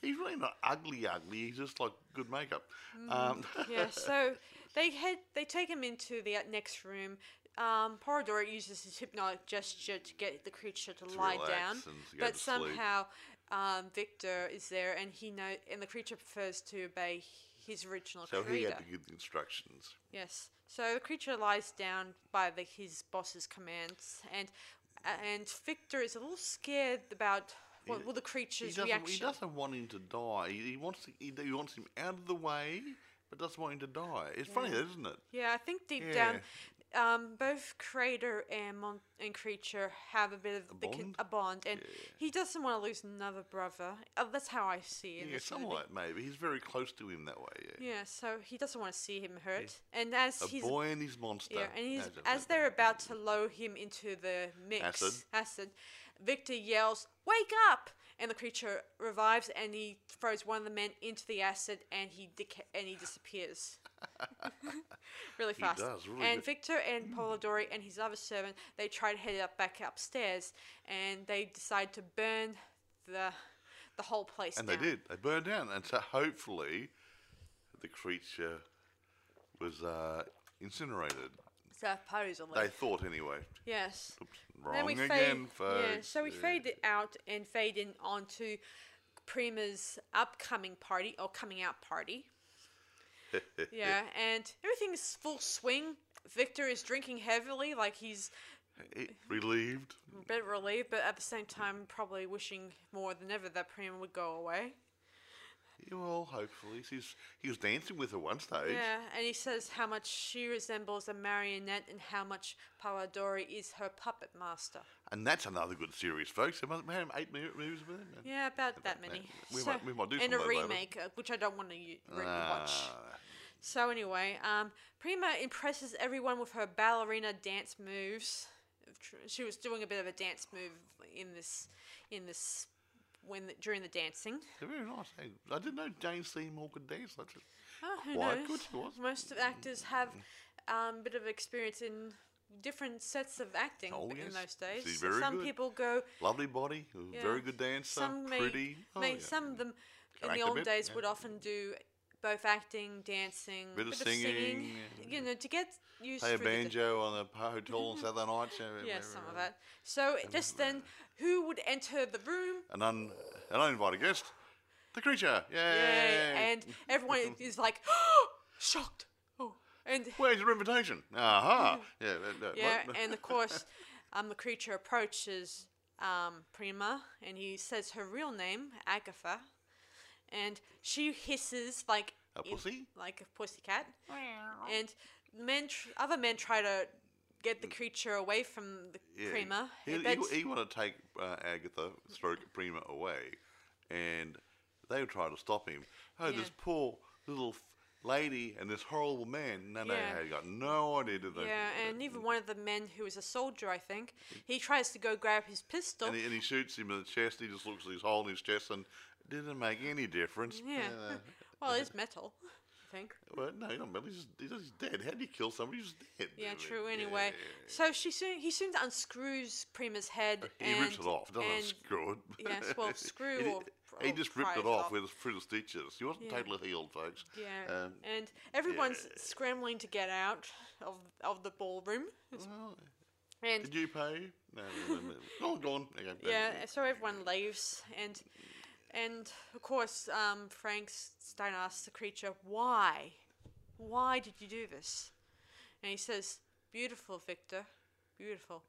He's really not ugly, ugly. He's just like good makeup. Mm. Um, Yeah, so they head they take him into the uh, next room. Um, Poradora uses his hypnotic gesture to get the creature to, lie relax down, and to go but to sleep. somehow um, Victor is there, and he know and the creature prefers to obey his original so he creator. had to give the instructions. Yes. So the creature lies down by the, his boss's commands, and uh, and Victor is a little scared about what will the He creature's doesn't, he reaction. doesn't want him to die. He, he wants to, he, he wants him out of the way, but doesn't want him to die. It's funny, isn't it? Yeah, I think deep down, um, both creator and mon- and creature have a bit of a bond? a bond, and he doesn't want to lose another brother. Uh, that's how I see it. in Yeah, this movie. somewhat maybe. He's very close to him that way. Yeah. Yeah, so he doesn't want to see him hurt, and as A he's boy and his monster. yeah, and he's it as were. they're about to lower him into the mix Acid. Victor yells, "Wake up!" and the creature revives, and he throws one of the men into the acid, and he deca- and he disappears. really fast. does, really and good. Victor and Polidori and his other servant they try to head up back upstairs, and they decide to burn the the whole place And down. they did. They burned down. And so hopefully the creature was uh, incinerated. Supposedly. They thought anyway. yes. Oops, Then wrong we again, fade, folks. Yeah, so we Yeah. fade it out and fade in onto Prima's upcoming party or coming out party. yeah, and everything's full swing. Victor is drinking heavily, like he's It- relieved. a bit relieved, but at the same time, probably wishing more than ever that Prima would go away. Yeah, well, hopefully. He's, he was dancing with her one stage. Yeah, and he says how much she resembles a marionette and how much Pawadori is her puppet master. And that's another good series, folks. They must have eight minute movies with it. man. Yeah, about that many. We might- we might do And some a of that later. remake, uh, which I don't want to re- watch. Ah, So anyway, um, Prima impresses everyone with her ballerina dance moves. Tr- She was doing a bit of a dance move in this, in this, when the, during the dancing. they're very nice. eh? I didn't know Jane Seymour could dance. That's just Oh, who Quite knows? good she was. Most of actors have a um, bit of experience in different sets of acting Oh, b- in yes. those days. She's very some good. people go lovely body, a Yeah. very good dancer, Some may, pretty. Oh, may, yeah. Some of them Can in the act a old bit, days yeah. would often do both acting, dancing, Bit of singing, yeah. You know, to get used Play a through the d- banjo on a hotel on Saturday night. yeah, some of that. So just then, who would enter the room? An, un, an uninvited guest. The creature. Yay. Yeah, and everyone is like shocked. Oh, and Where's your invitation? Aha. Yeah. that- that- yeah, what? and of course, um, the creature approaches um, Prima, and he says her real name, Agatha, and she hisses like A in- pussy? like a pussycat, and men, tr- other men try to get the creature away from the Yeah, Prima. He, but- he, he wanted to take uh, Agatha, stroke Prima, away, and they were trying to stop him. Oh, Yeah. this poor little f- lady and this horrible man. No, no, Yeah. they got no idea. Did they? yeah, and mm. even one of the men who is a soldier, I think, he tries to go grab his pistol. And he, and he shoots him in the chest. He just looks at his hole in his chest and didn't make any difference. yeah. Uh, well, it's metal, I think. well, no, he's not. He's, just- he's just dead. How do you kill somebody who's dead? Yeah, I mean, true. Anyway, yeah. Uh, so she soon he soon unscrews Prima's head. he and, rips it off. Doesn't and screw it. yes, well, screw he, or- he or just ripped pry it it off off. with through the stitches. He wasn't Yeah. totally healed, folks. Yeah, Um, and everyone's scrambling to get out of of the ballroom, well, and did you pay? No, no, no, no. oh, gone. Okay, yeah, so everyone leaves, and and of course, um, Frank Stein asks the creature, "Why, why did you do this?" And he says, "Beautiful, Victor, beautiful."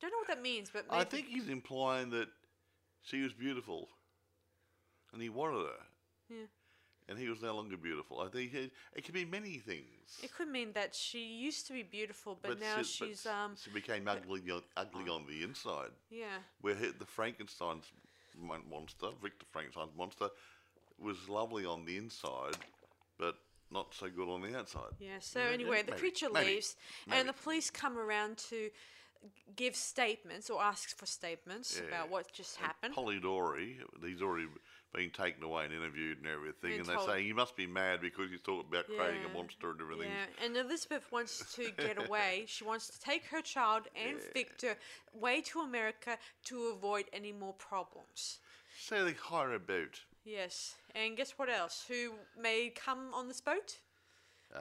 Don't know what that means, but maybe I think he's implying that she was beautiful, and he wanted her, yeah. and he was no longer beautiful. I think it, it could be many things. It could mean that she used to be beautiful, but, But now she- but she's she- um Oh. she became ugly, on- ugly on the inside. yeah Where he- the Frankenstein's mon- monster, Victor Frankenstein's monster, was lovely on the inside, but not so good on the outside. yeah. So Yeah, yeah, anyway, the maybe, creature maybe, leaves, and the maybe. police come around to give statements or ask for statements Yeah. about what just And happened. Polidori, he's already been taken away and interviewed and everything, And and they're told- saying you must be mad because you talked about creating a Yeah. monster and everything. Yeah, and Elizabeth wants to get away. She wants to take her child and Victor way to America to avoid any more problems. So they hire a boat. Yes, and guess what else? Who may come on this boat?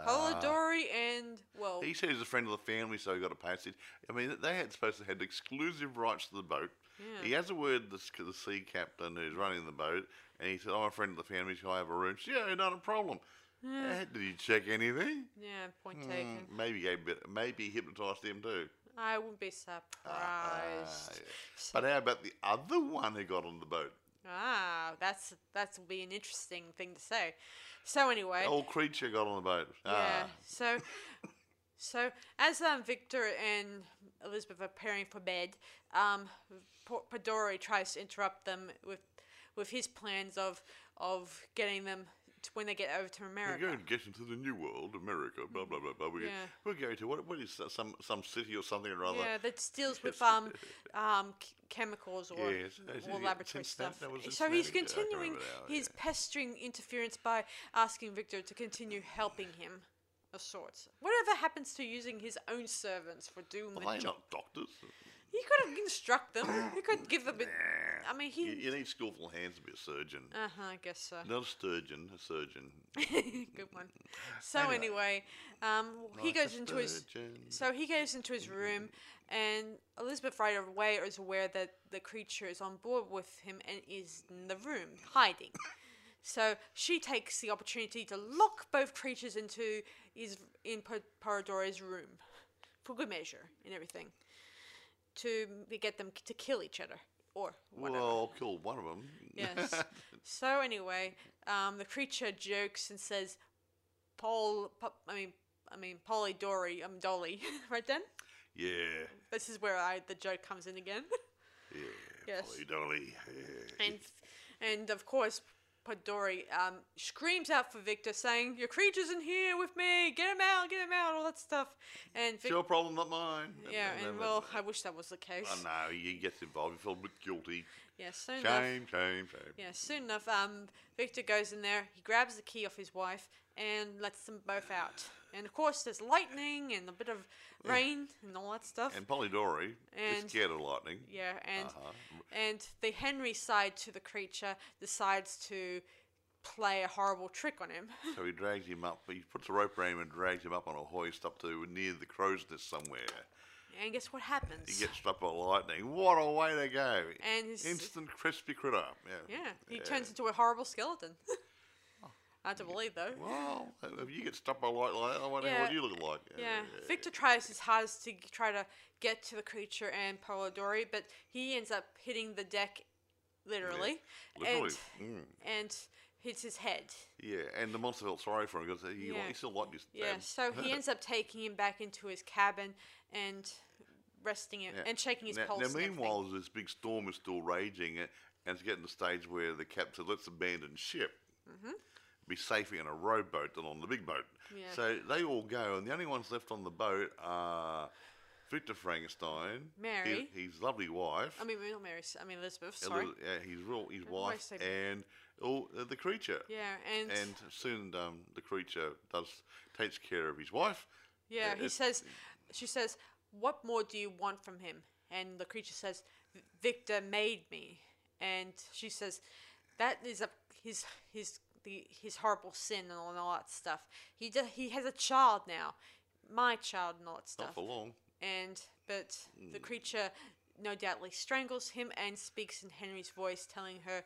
Polidori and well, Uh, He said he's a friend of the family, so he got a passage. I mean, they had supposed to had exclusive rights to the boat. He has a word with the, the sea captain who's running the boat, and he said, "I'm a friend of the family, so I have a room." She, yeah, not a problem. Uh, did you check anything? yeah, point taken. Mm, maybe gave a bit, maybe hypnotised him too. I wouldn't be Ah, surprised. yeah. But how about the other one who got on the boat? Ah, that's that's will be an interesting thing to say. So anyway, Ah, The old creature got on the boat. yeah. Ah, So So as um, Victor and Elizabeth are preparing for bed, um, P- Podori tries to interrupt them with with his plans of of getting them to when they get over to We're America. going to get into the new world, America, blah, blah, blah, blah. We're, Yeah. we're going to, what, what is that, some, some city or something or other? Yeah, that deals with um, um, ch- chemicals or, Yes, uh, is or it laboratory Cincinnati? stuff. That was So he's Cincinnati. Yeah, I can't continuing remember now, his pestering interference by asking Victor to continue helping him, of sorts. Whatever happens to using his own servants for doing Are the they job? not doctors? He could have instruct them. He could give them. A, I mean, You, he. you need skillful hands to be a surgeon. Uh huh. I guess so. Not a sturgeon, a surgeon. Good one. So anyway, um, he Like a goes into his. sturgeon. So he goes into his room, and Elizabeth right away is aware that the creature is on board with him and is in the room hiding. so she takes the opportunity to lock both creatures into his in Po- Poridore's room, for good measure and everything, to m- get them to kill each other or whatever. Well, I'll kill one of them. Yes. so anyway, um, the creature jokes and says, "Paul, Pop- I mean, I mean, Polly Dory, I'm Dolly." right then, yeah. this is where I the joke comes in again. Yeah. Yes. Polly Dolly. Yeah. and and of course, Podori um, screams out for Victor, saying, "Your creature's in here with me! Get him out! Get him out!" All that stuff. And It's Victor, your problem, not mine. yeah, and well, I wish that was the case. I know, oh, he gets involved. You feel a bit guilty. Yeah, soon enough. Shame, shame, shame. Yeah, soon enough, um, Victor goes in there, he grabs the key off his wife, and lets them both out. And of course, there's lightning and a bit of rain and all that stuff. And Polidori is And- scared of lightning. yeah, and Uh-huh. and the Henry side to the creature decides to play a horrible trick on him. So he drags him up. He puts a rope around him and drags him up on a hoist up to near the crow's nest somewhere. and guess what He happens? gets struck by lightning. What a way to go! And his- Instant crispy critter. Yeah. Oh. yeah, he turns into a horrible skeleton. Hard to believe, though. Well, if you get struck by lightning, like that, I wonder what Yeah. you look like. Yeah, Uh, Victor tries his hardest to g- try to get to the creature and Polidori, but he ends up hitting the deck, literally, Literally. and Mm. and hits his head. Yeah, and the monster felt sorry for him because he, li- Yeah. he still liked his Yeah, dad. so he ends up taking him back into his cabin and resting him Yeah. and shaking his now, pulse. Now, and everything. meanwhile, this big storm is still raging, uh, and it's getting to the stage where the captain lets abandon ship. Be safer in a rowboat than on the big boat. Mm-hmm. Yeah. So they all go, and the only ones left on the boat are Victor Frankenstein, his- Mary. his, lovely wife, I mean, not Mary, s- I mean Elizabeth. and Sorry. the- yeah, his real his why I wife, say- and all, uh, the creature. Yeah, and, And soon um, the creature does takes care of his wife. yeah, uh, he it- says, she says, "What more do you want from him?" And the creature says, "V- "Victor made me," and she says, "That is a his his the his horrible sin and all, that stuff. He do, he has a child now, my child and all that stuff." Not for long. and but Mm. the creature no doubtly strangles him and speaks in Henry's voice, telling her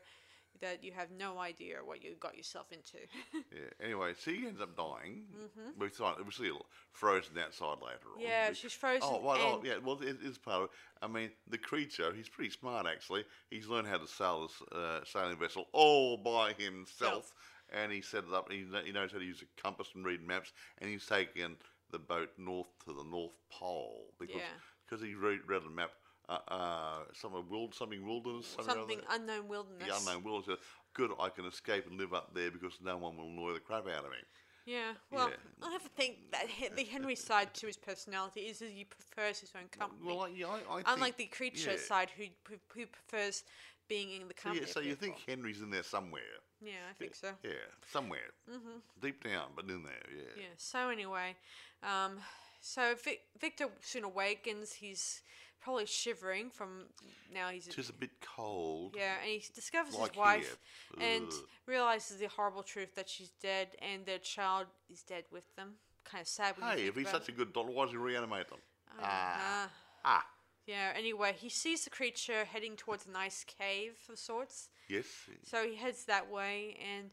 that you have no idea what you got yourself into. Yeah. Anyway, so he ends up dying. We saw we see it frozen outside later on. yeah, We- she's frozen. Oh, well, oh, and- yeah. Well, it is part of. I mean, the creature. He's pretty smart, actually. He's learned how to sail this uh, sailing vessel all by himself, and he set it up. He, kn- he knows how to use a compass and read maps, and he's taken the boat north to the North Pole because Yeah. because he read, read a map. Uh, uh, somewhere wild, something wilderness, something, or Something other. unknown wilderness. the unknown wilderness. Good, I can escape and live up there because no one will annoy the crap out of me. Yeah. Well, Yeah. I have to think that he- the Henry side to his personality is that he prefers his own company, Well, I, yeah, I, I think- unlike the creature yeah. side who, who who prefers being in the So, company. yeah, of so you people. think Henry's in there somewhere? Yeah, I think so. Yeah, somewhere. Mm-hmm. Deep down, but in there, yeah. Yeah. So anyway, um, so Vic- Victor soon awakens. He's probably shivering from now. He's Tis a bit cold. yeah, and he discovers like his wife here. and Ugh. realizes the horrible truth that she's dead and their child is dead with them. Kind of sad. When Hey, you if think he's about such a good doctor, why does he reanimate them? it. Ah. Ah, Yeah. Anyway, he sees the creature heading towards a nice cave of sorts. yes. So he heads that way, and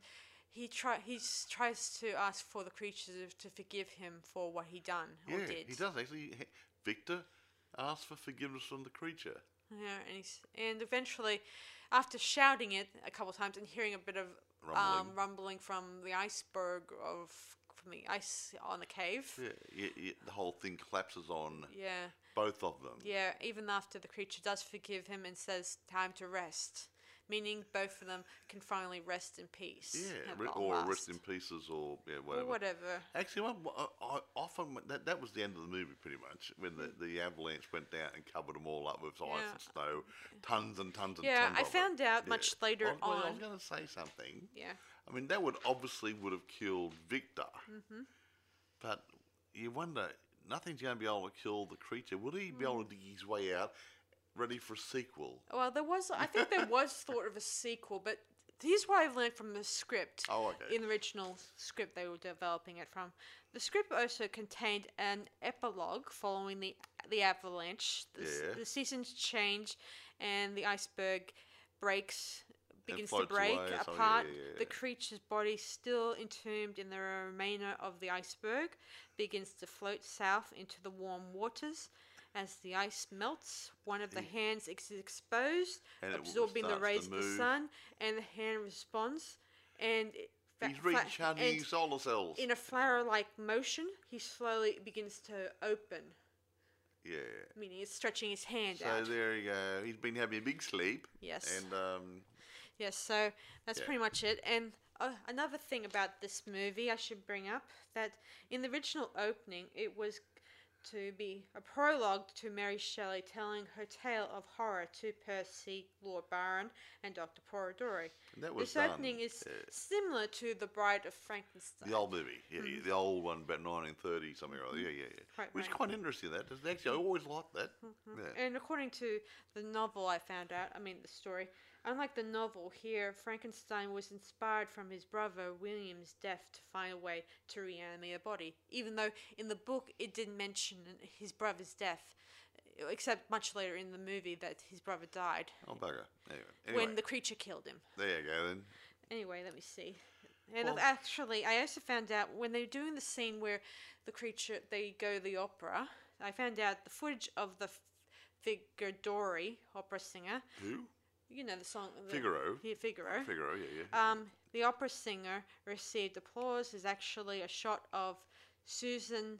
he try he s- tries to ask for the creature to forgive him for what he done Yeah, or did. he does actually. He- Victor asks for forgiveness from the creature. Yeah, and he's, and eventually, after shouting it a couple times and hearing a bit of Rumbling. um, rumbling from the iceberg of for me. I s- on the cave. Yeah, yeah, yeah, the whole thing collapses on Yeah. both of them. Yeah, even after the creature does forgive him and says, time to rest, meaning both of them can finally rest in peace. Yeah, at re- long or last. rest in pieces, or yeah, Or whatever. whatever. Actually, one, I, I often when- that that was the end of the movie, pretty much, when the, the avalanche went down and covered them all up with ice Yeah. and snow, tons and tons and Yeah, tons. I of it. found out much later I was, well, I on. was going to say something. Yeah. I mean, that would obviously would have killed Victor, Mm-hmm. but you wonder nothing's going to be able to kill the creature. Will he Mm. be able to dig his way out, ready for a sequel? Well, there was, I think there was thought of a sequel, but here's what I learned from the script. Oh, okay. In the original script they were developing it from. The script also contained an epilogue following the the avalanche. The, s- Yeah. the seasons change and the iceberg breaks begins to floats break away or something, yeah, apart. yeah, The yeah. creature's body still entombed in the remainder of the iceberg begins to float south into the warm waters. As the ice melts, one of the hands is exposed, And it w- absorbing the starts to rays of the move. sun, and the hand responds. And it fa- He's fa- recharging and his solar cells. in a flower-like motion, he slowly begins to open, yeah. meaning he's stretching his hand So out. there you go. He's been having a big sleep. Yes. And um, Yes, so that's Yeah. pretty much it. And uh, another thing about this movie I should bring up that in the original opening, it was to be a prologue to Mary Shelley telling her tale of horror to Percy, Lord Byron, and Dr. Poradori. And that was this done, opening is yeah. similar to The Bride of Frankenstein. the old movie, yeah, yeah, the old one about 1930 something or other. Yeah, yeah, yeah. Mm. Quite Which is right. Mm-hmm. quite interesting. That It's actually, I always liked that. Yeah. And according to the novel I found out, I mean the story, unlike the novel here, Frankenstein was inspired from his brother William's death to find a way to reanimate a body, even though in the book it didn't mention his brother's death, except much later in the movie that his brother died Oh bugger. Anyway, anyway when the creature killed him. there you go then. Anyway, let me see. And Well- actually, I also found out when they were doing the scene where the creature they go to the opera. I found out the footage of the Figadori opera singer. Who? You know the song the, Figaro. Yeah, Figaro. Figaro. Yeah, yeah. Um, the opera singer received applause. Is actually a shot of Susan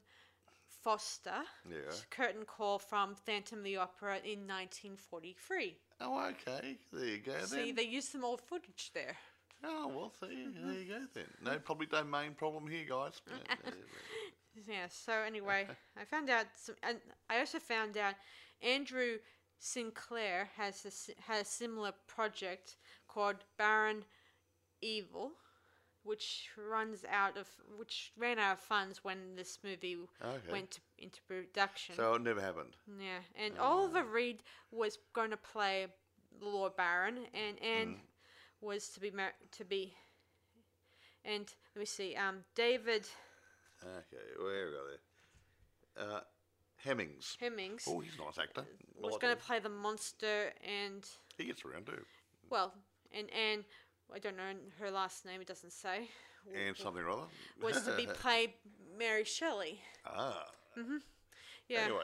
Foster. Yeah. Curtain call from Phantom of the Opera in 1943. oh, okay. There you go See, then. they used some old footage there. oh well, see, Mm-hmm. there you go then. No public domain problem here, guys. Yeah, yeah, yeah. Yeah. So anyway, I found out some, and I also found out Andrew Sinclair has a, si- had a similar project called Baron Evil, which runs out of which ran out of funds when this movie Okay. went to, into production. So uh, it never happened. yeah, and Oliver Reed was going to play the Lord Baron, and Anne Mm. was to be mar- to be. And let me see, um, David Okay, where we go there? Uh, Hemmings. Hemmings. Oh, he's a nice actor. I was like going him. to play the monster and He gets around too. well and Anne I don't know her last name it doesn't say w- And something or other. was to be played Mary Shelley ah. yeah Anyway,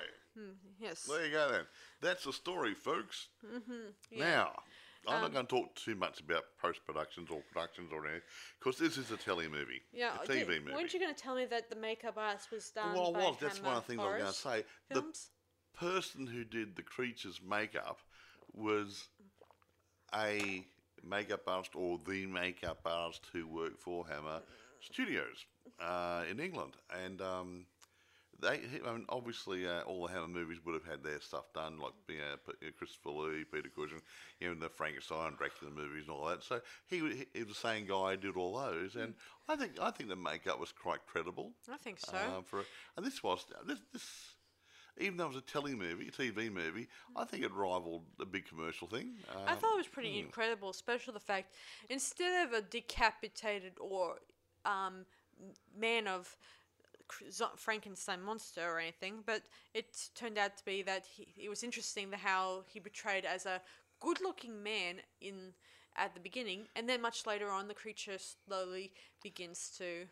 yes there you go then. That's the story, folks. Mm-hmm, Now, I'm Um, not going to talk too much about post productions or productions or anything, because this is a telly movie. yeah a I did- TV movie. weren't you going to tell me that the makeup artist was done well, I by was. That's one Hammer of the things I was going to Forest say. The films person who did the creature's makeup was a makeup artist or the makeup artist who worked for Hammer Studios uh, in England, and um, they. he- I mean, obviously, uh, all the Hammer movies would have had their stuff done, like you know, P- uh, Christopher Lee, Peter Cushing, you know, the Frankenstein, and Dracula movies, and all that. So he, wa- he, he was the same guy who did all those, and I think I think the makeup was quite credible. I think so Um, for and this was this, this even though it was a telly movie, a TV movie, I think it rivaled the big commercial thing. Um, I thought it was pretty incredible, especially the fact instead of a decapitated or um, man of cr- zo- Frankenstein monster or anything, but it turned out to be that he, it was interesting the how he portrayed as a good-looking man in at the beginning, and then much later on, the creature slowly begins to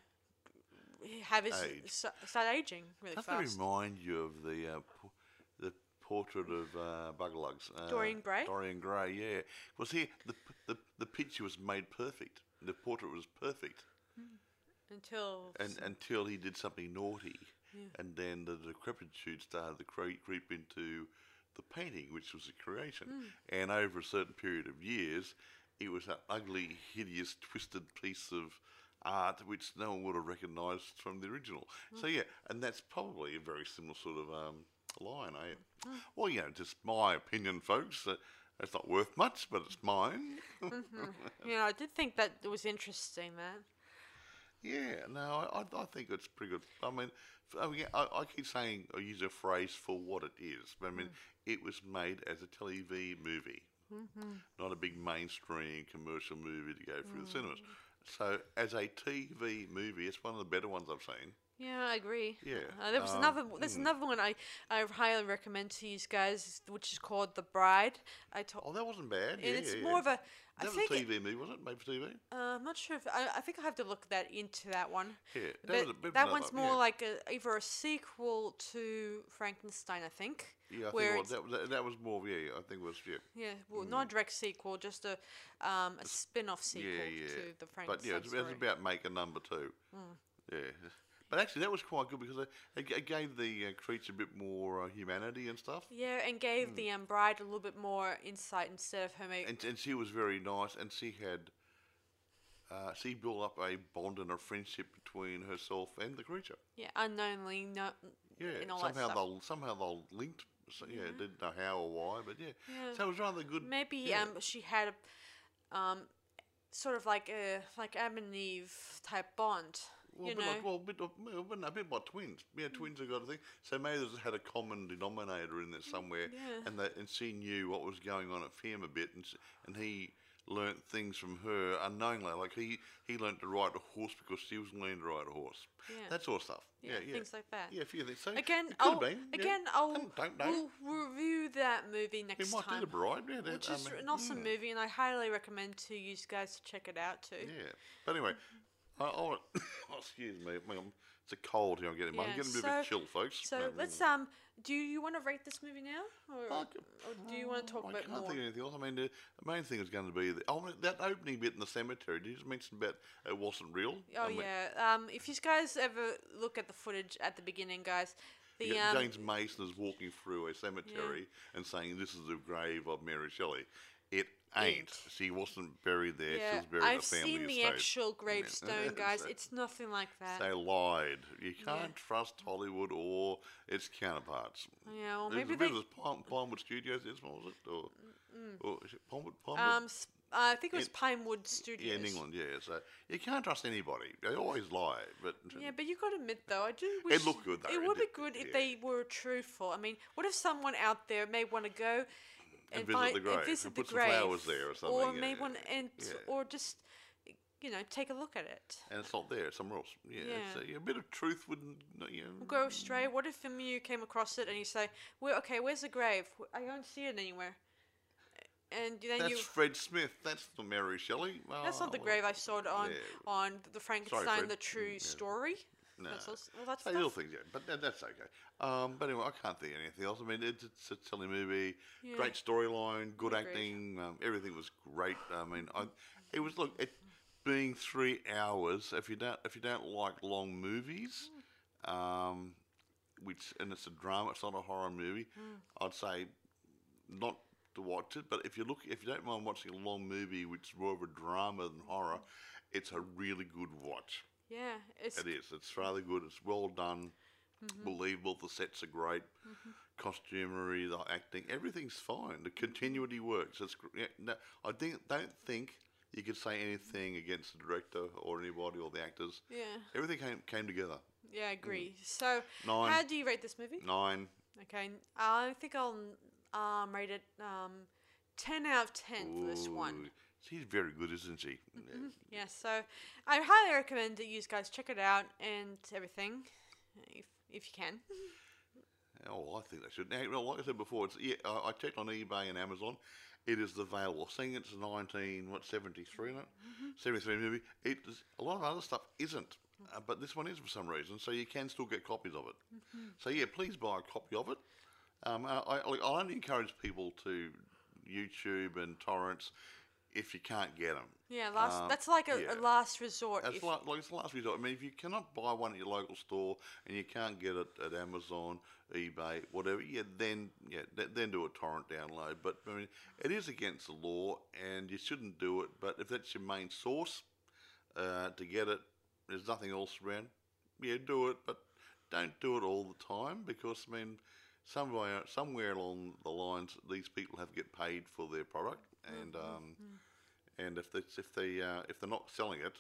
have his Age. s start aging really doesn't it fast. remind you of the uh, po- the portrait of uh, Buglugs? Uh, Dorian Gray? Dorian Gray, yeah. Was here the, the the picture was made perfect. The portrait was perfect. until and until he did something naughty, and then the decrepitude started to creep, creep into the painting, which was a creation. And over a certain period of years, it was that ugly, hideous, twisted piece of art which no one would have recognised from the original. So yeah, and that's probably a very similar sort of um, line. Eh? Well, you know, just my opinion, folks. Uh, it's not worth much, but it's mine. you know, I did think that it was interesting. That Yeah, no, I, I- I think it's pretty good. I mean, f- I, mean I, I keep saying I use a phrase for what it is. but I mean, Mm. it was made as a TV movie, Mm-hmm. not a big mainstream commercial movie to go Mm. through the cinemas. So, as a TV movie, it's one of the better ones I've seen. Yeah, I agree. Yeah, Uh, there was um, another. There's another one I, I highly recommend to you guys, which is called The Bride. I told. Oh, that wasn't bad. yeah, and it's yeah, more yeah. of a. I That was think. a it- TV movie, wasn't it? Made for TV. uh, I'm not sure if I, I think I have to look that into that one. Yeah, that But was a bit of that another- one's more yeah. like a, either a sequel to Frankenstein, I think. Yeah, I where think it's- it was, that, that, that was more. Yeah, yeah, I think it was. Yeah. yeah, well, not a direct sequel, just a um, a spin-off sequel yeah, yeah. to the Frankenstein But yeah, it's, story. Hmm. it's about make a number two. Yeah. But actually, that was quite good because it, it, g- it gave the uh, creature a bit more uh, humanity and stuff. yeah, and gave the um, bride a little bit more insight instead of her making. mm. And, and she was very nice, and she had. Uh, she built up a bond and a friendship between herself and the creature. Yeah, unknowingly, no, Yeah, and all that somehow stuff. Mm-hmm. they'll somehow they'll linked. So, yeah, didn't know how or why, but yeah. Yeah. So it was rather good. Maybe yeah. um she had a um sort of like a like Adam and Eve type bond. Well, you a know. Mm. bit like, well, a bit, of- well, but no, a bit like twins. Yeah, twins have got a thing. So maybe they had a common denominator in there somewhere, Mm, yeah. and that and she knew what was going on at him a bit, and s- and he learnt things from her unknowingly. Like he he learnt to ride a horse because she was learning to ride a horse. Yeah. That sort of stuff. Yeah, yeah, things like that. Yeah, a few things. So again, it could I'll have been, yeah. again I'll Don't- don't know. we'll review that movie we next might time, do the bride. Yeah, that, which I is mean, an awesome mm. movie, and I highly recommend to you guys to check it out too. Yeah, but anyway. I, I, want- excuse me, my- I'm- it's a cold here. I'm getting, Yeah, I'm getting a bit of so- a chill, folks. So Um, let's um, do you want to rate this movie now, or, I could or Oh, do you want to talk I about can't more? think of anything else. I mean, the the main thing is going to be the, oh, that opening bit in the cemetery. Did you just mention about it wasn't real? Oh I mean, yeah. Um, if you guys ever look at the footage at the beginning, guys, you the got um, James Mason is walking through a cemetery and saying, "This is the grave of Mary Shelley." It ain't. Ain't. She wasn't buried there. she yeah, was buried I've at a family seen the estate. actual gravestone, guys. It's nothing like that. they lied. You can't trust Hollywood or its counterparts. yeah, well, It was- maybe where they. Mm, was Palm, Palmwood Studios. This one was it, or, or is it Palmwood? Palmwood? Um, s- I think it was in- Pinewood Studios. Yeah, in England, yeah. So you can't trust anybody. They always lie. But Yeah, but you got to admit though, I do wish looked good, though. It It would be did- good if yeah. they were truthful. I mean, what if someone out there may want to go and, visit find- the grave, and visit and the put some flowers grave, there or or something, yeah, may yeah, want and yeah. or just you know take a look at it. and it's not there. It's somewhere else. Yeah. Yeah. So yeah, a bit of truth wouldn't. no, You know, go astray? What if um, you came across it and you say, "Well, okay, where's the grave? Wh- I don't see it anywhere." And then that's you. Fred Smith. That's the Mary Shelley. That's not the Oh, grave I saw it on yeah. on the Frankenstein, Fred. the true Mm, yeah. story. No. That's also, well, that's So not- little things, yeah, but that, that's okay. Um, but anyway, I can't think of anything else. I mean, it's, it's a silly movie, Yeah. great storyline, good Agreed. acting, um, everything was great. I mean, I, it was look, it being three hours. If you don't, if you don't like long movies, Mm. um, which and it's a drama, it's not a horror movie. Mm. I'd say not to watch it, but if you look, if you don't mind watching a long movie, which is more of a drama than horror, it's a really good watch. yeah, it's It is. It's rather good. It's well done, Mm-hmm. believable. The sets are great. Costumery, the acting, everything's fine. The continuity works. It's. gr- Yeah, no, I think, don't think you could say anything Mm-hmm. against the director or anybody or the actors. yeah, Everything came came together. yeah, I agree. Mm. So, Nine. how do you rate this movie? Nine. Okay, n- I think I'll um, rate it um, ten out of ten for this one. Mm-hmm. Ooh, She's very good, isn't she? Yeah. Yeah, so I highly recommend that you guys check it out and everything, if if you can. Oh, I think they should. Now, well, like I said before, it's yeah, I, I checked on eBay and Amazon. It is available. Seeing it's nineteen what seventy three, isn't it? Seventy three movie. It is, a lot of other stuff isn't, uh, but this one is for some reason. So you can still get copies of it. So yeah, please buy a copy of it. Um, I, I, I only encourage people to YouTube and torrents. if you can't get them. Yeah, last. Um, that's like a, yeah. a last resort. That's if- like, like it's the last resort. I mean, if you cannot buy one at your local store and you can't get it at Amazon, eBay, whatever, yeah, then yeah, th- then do a torrent download. But I mean, it is against the law, and you shouldn't do it. But if that's your main source uh, to get it, there's nothing else around. Yeah, do it, but don't do it all the time because I mean, somewhere somewhere along the lines, these people have get paid for their product, and um, and if it's, if they uh, if they're not selling it,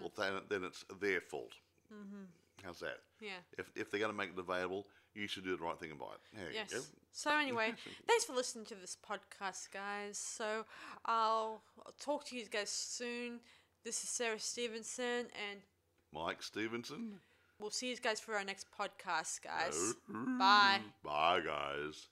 well then then it's their fault. Mm-hmm. How's that? yeah. If if they're going to make it available, you should do the right thing and buy it. There you Yes. go. So anyway, thanks for listening to this podcast, guys. So I'll talk to you guys soon. This is Sarah Stevenson, and Mike Stevenson. we'll see you guys for our next podcast, guys. Oh. Bye. Bye, guys.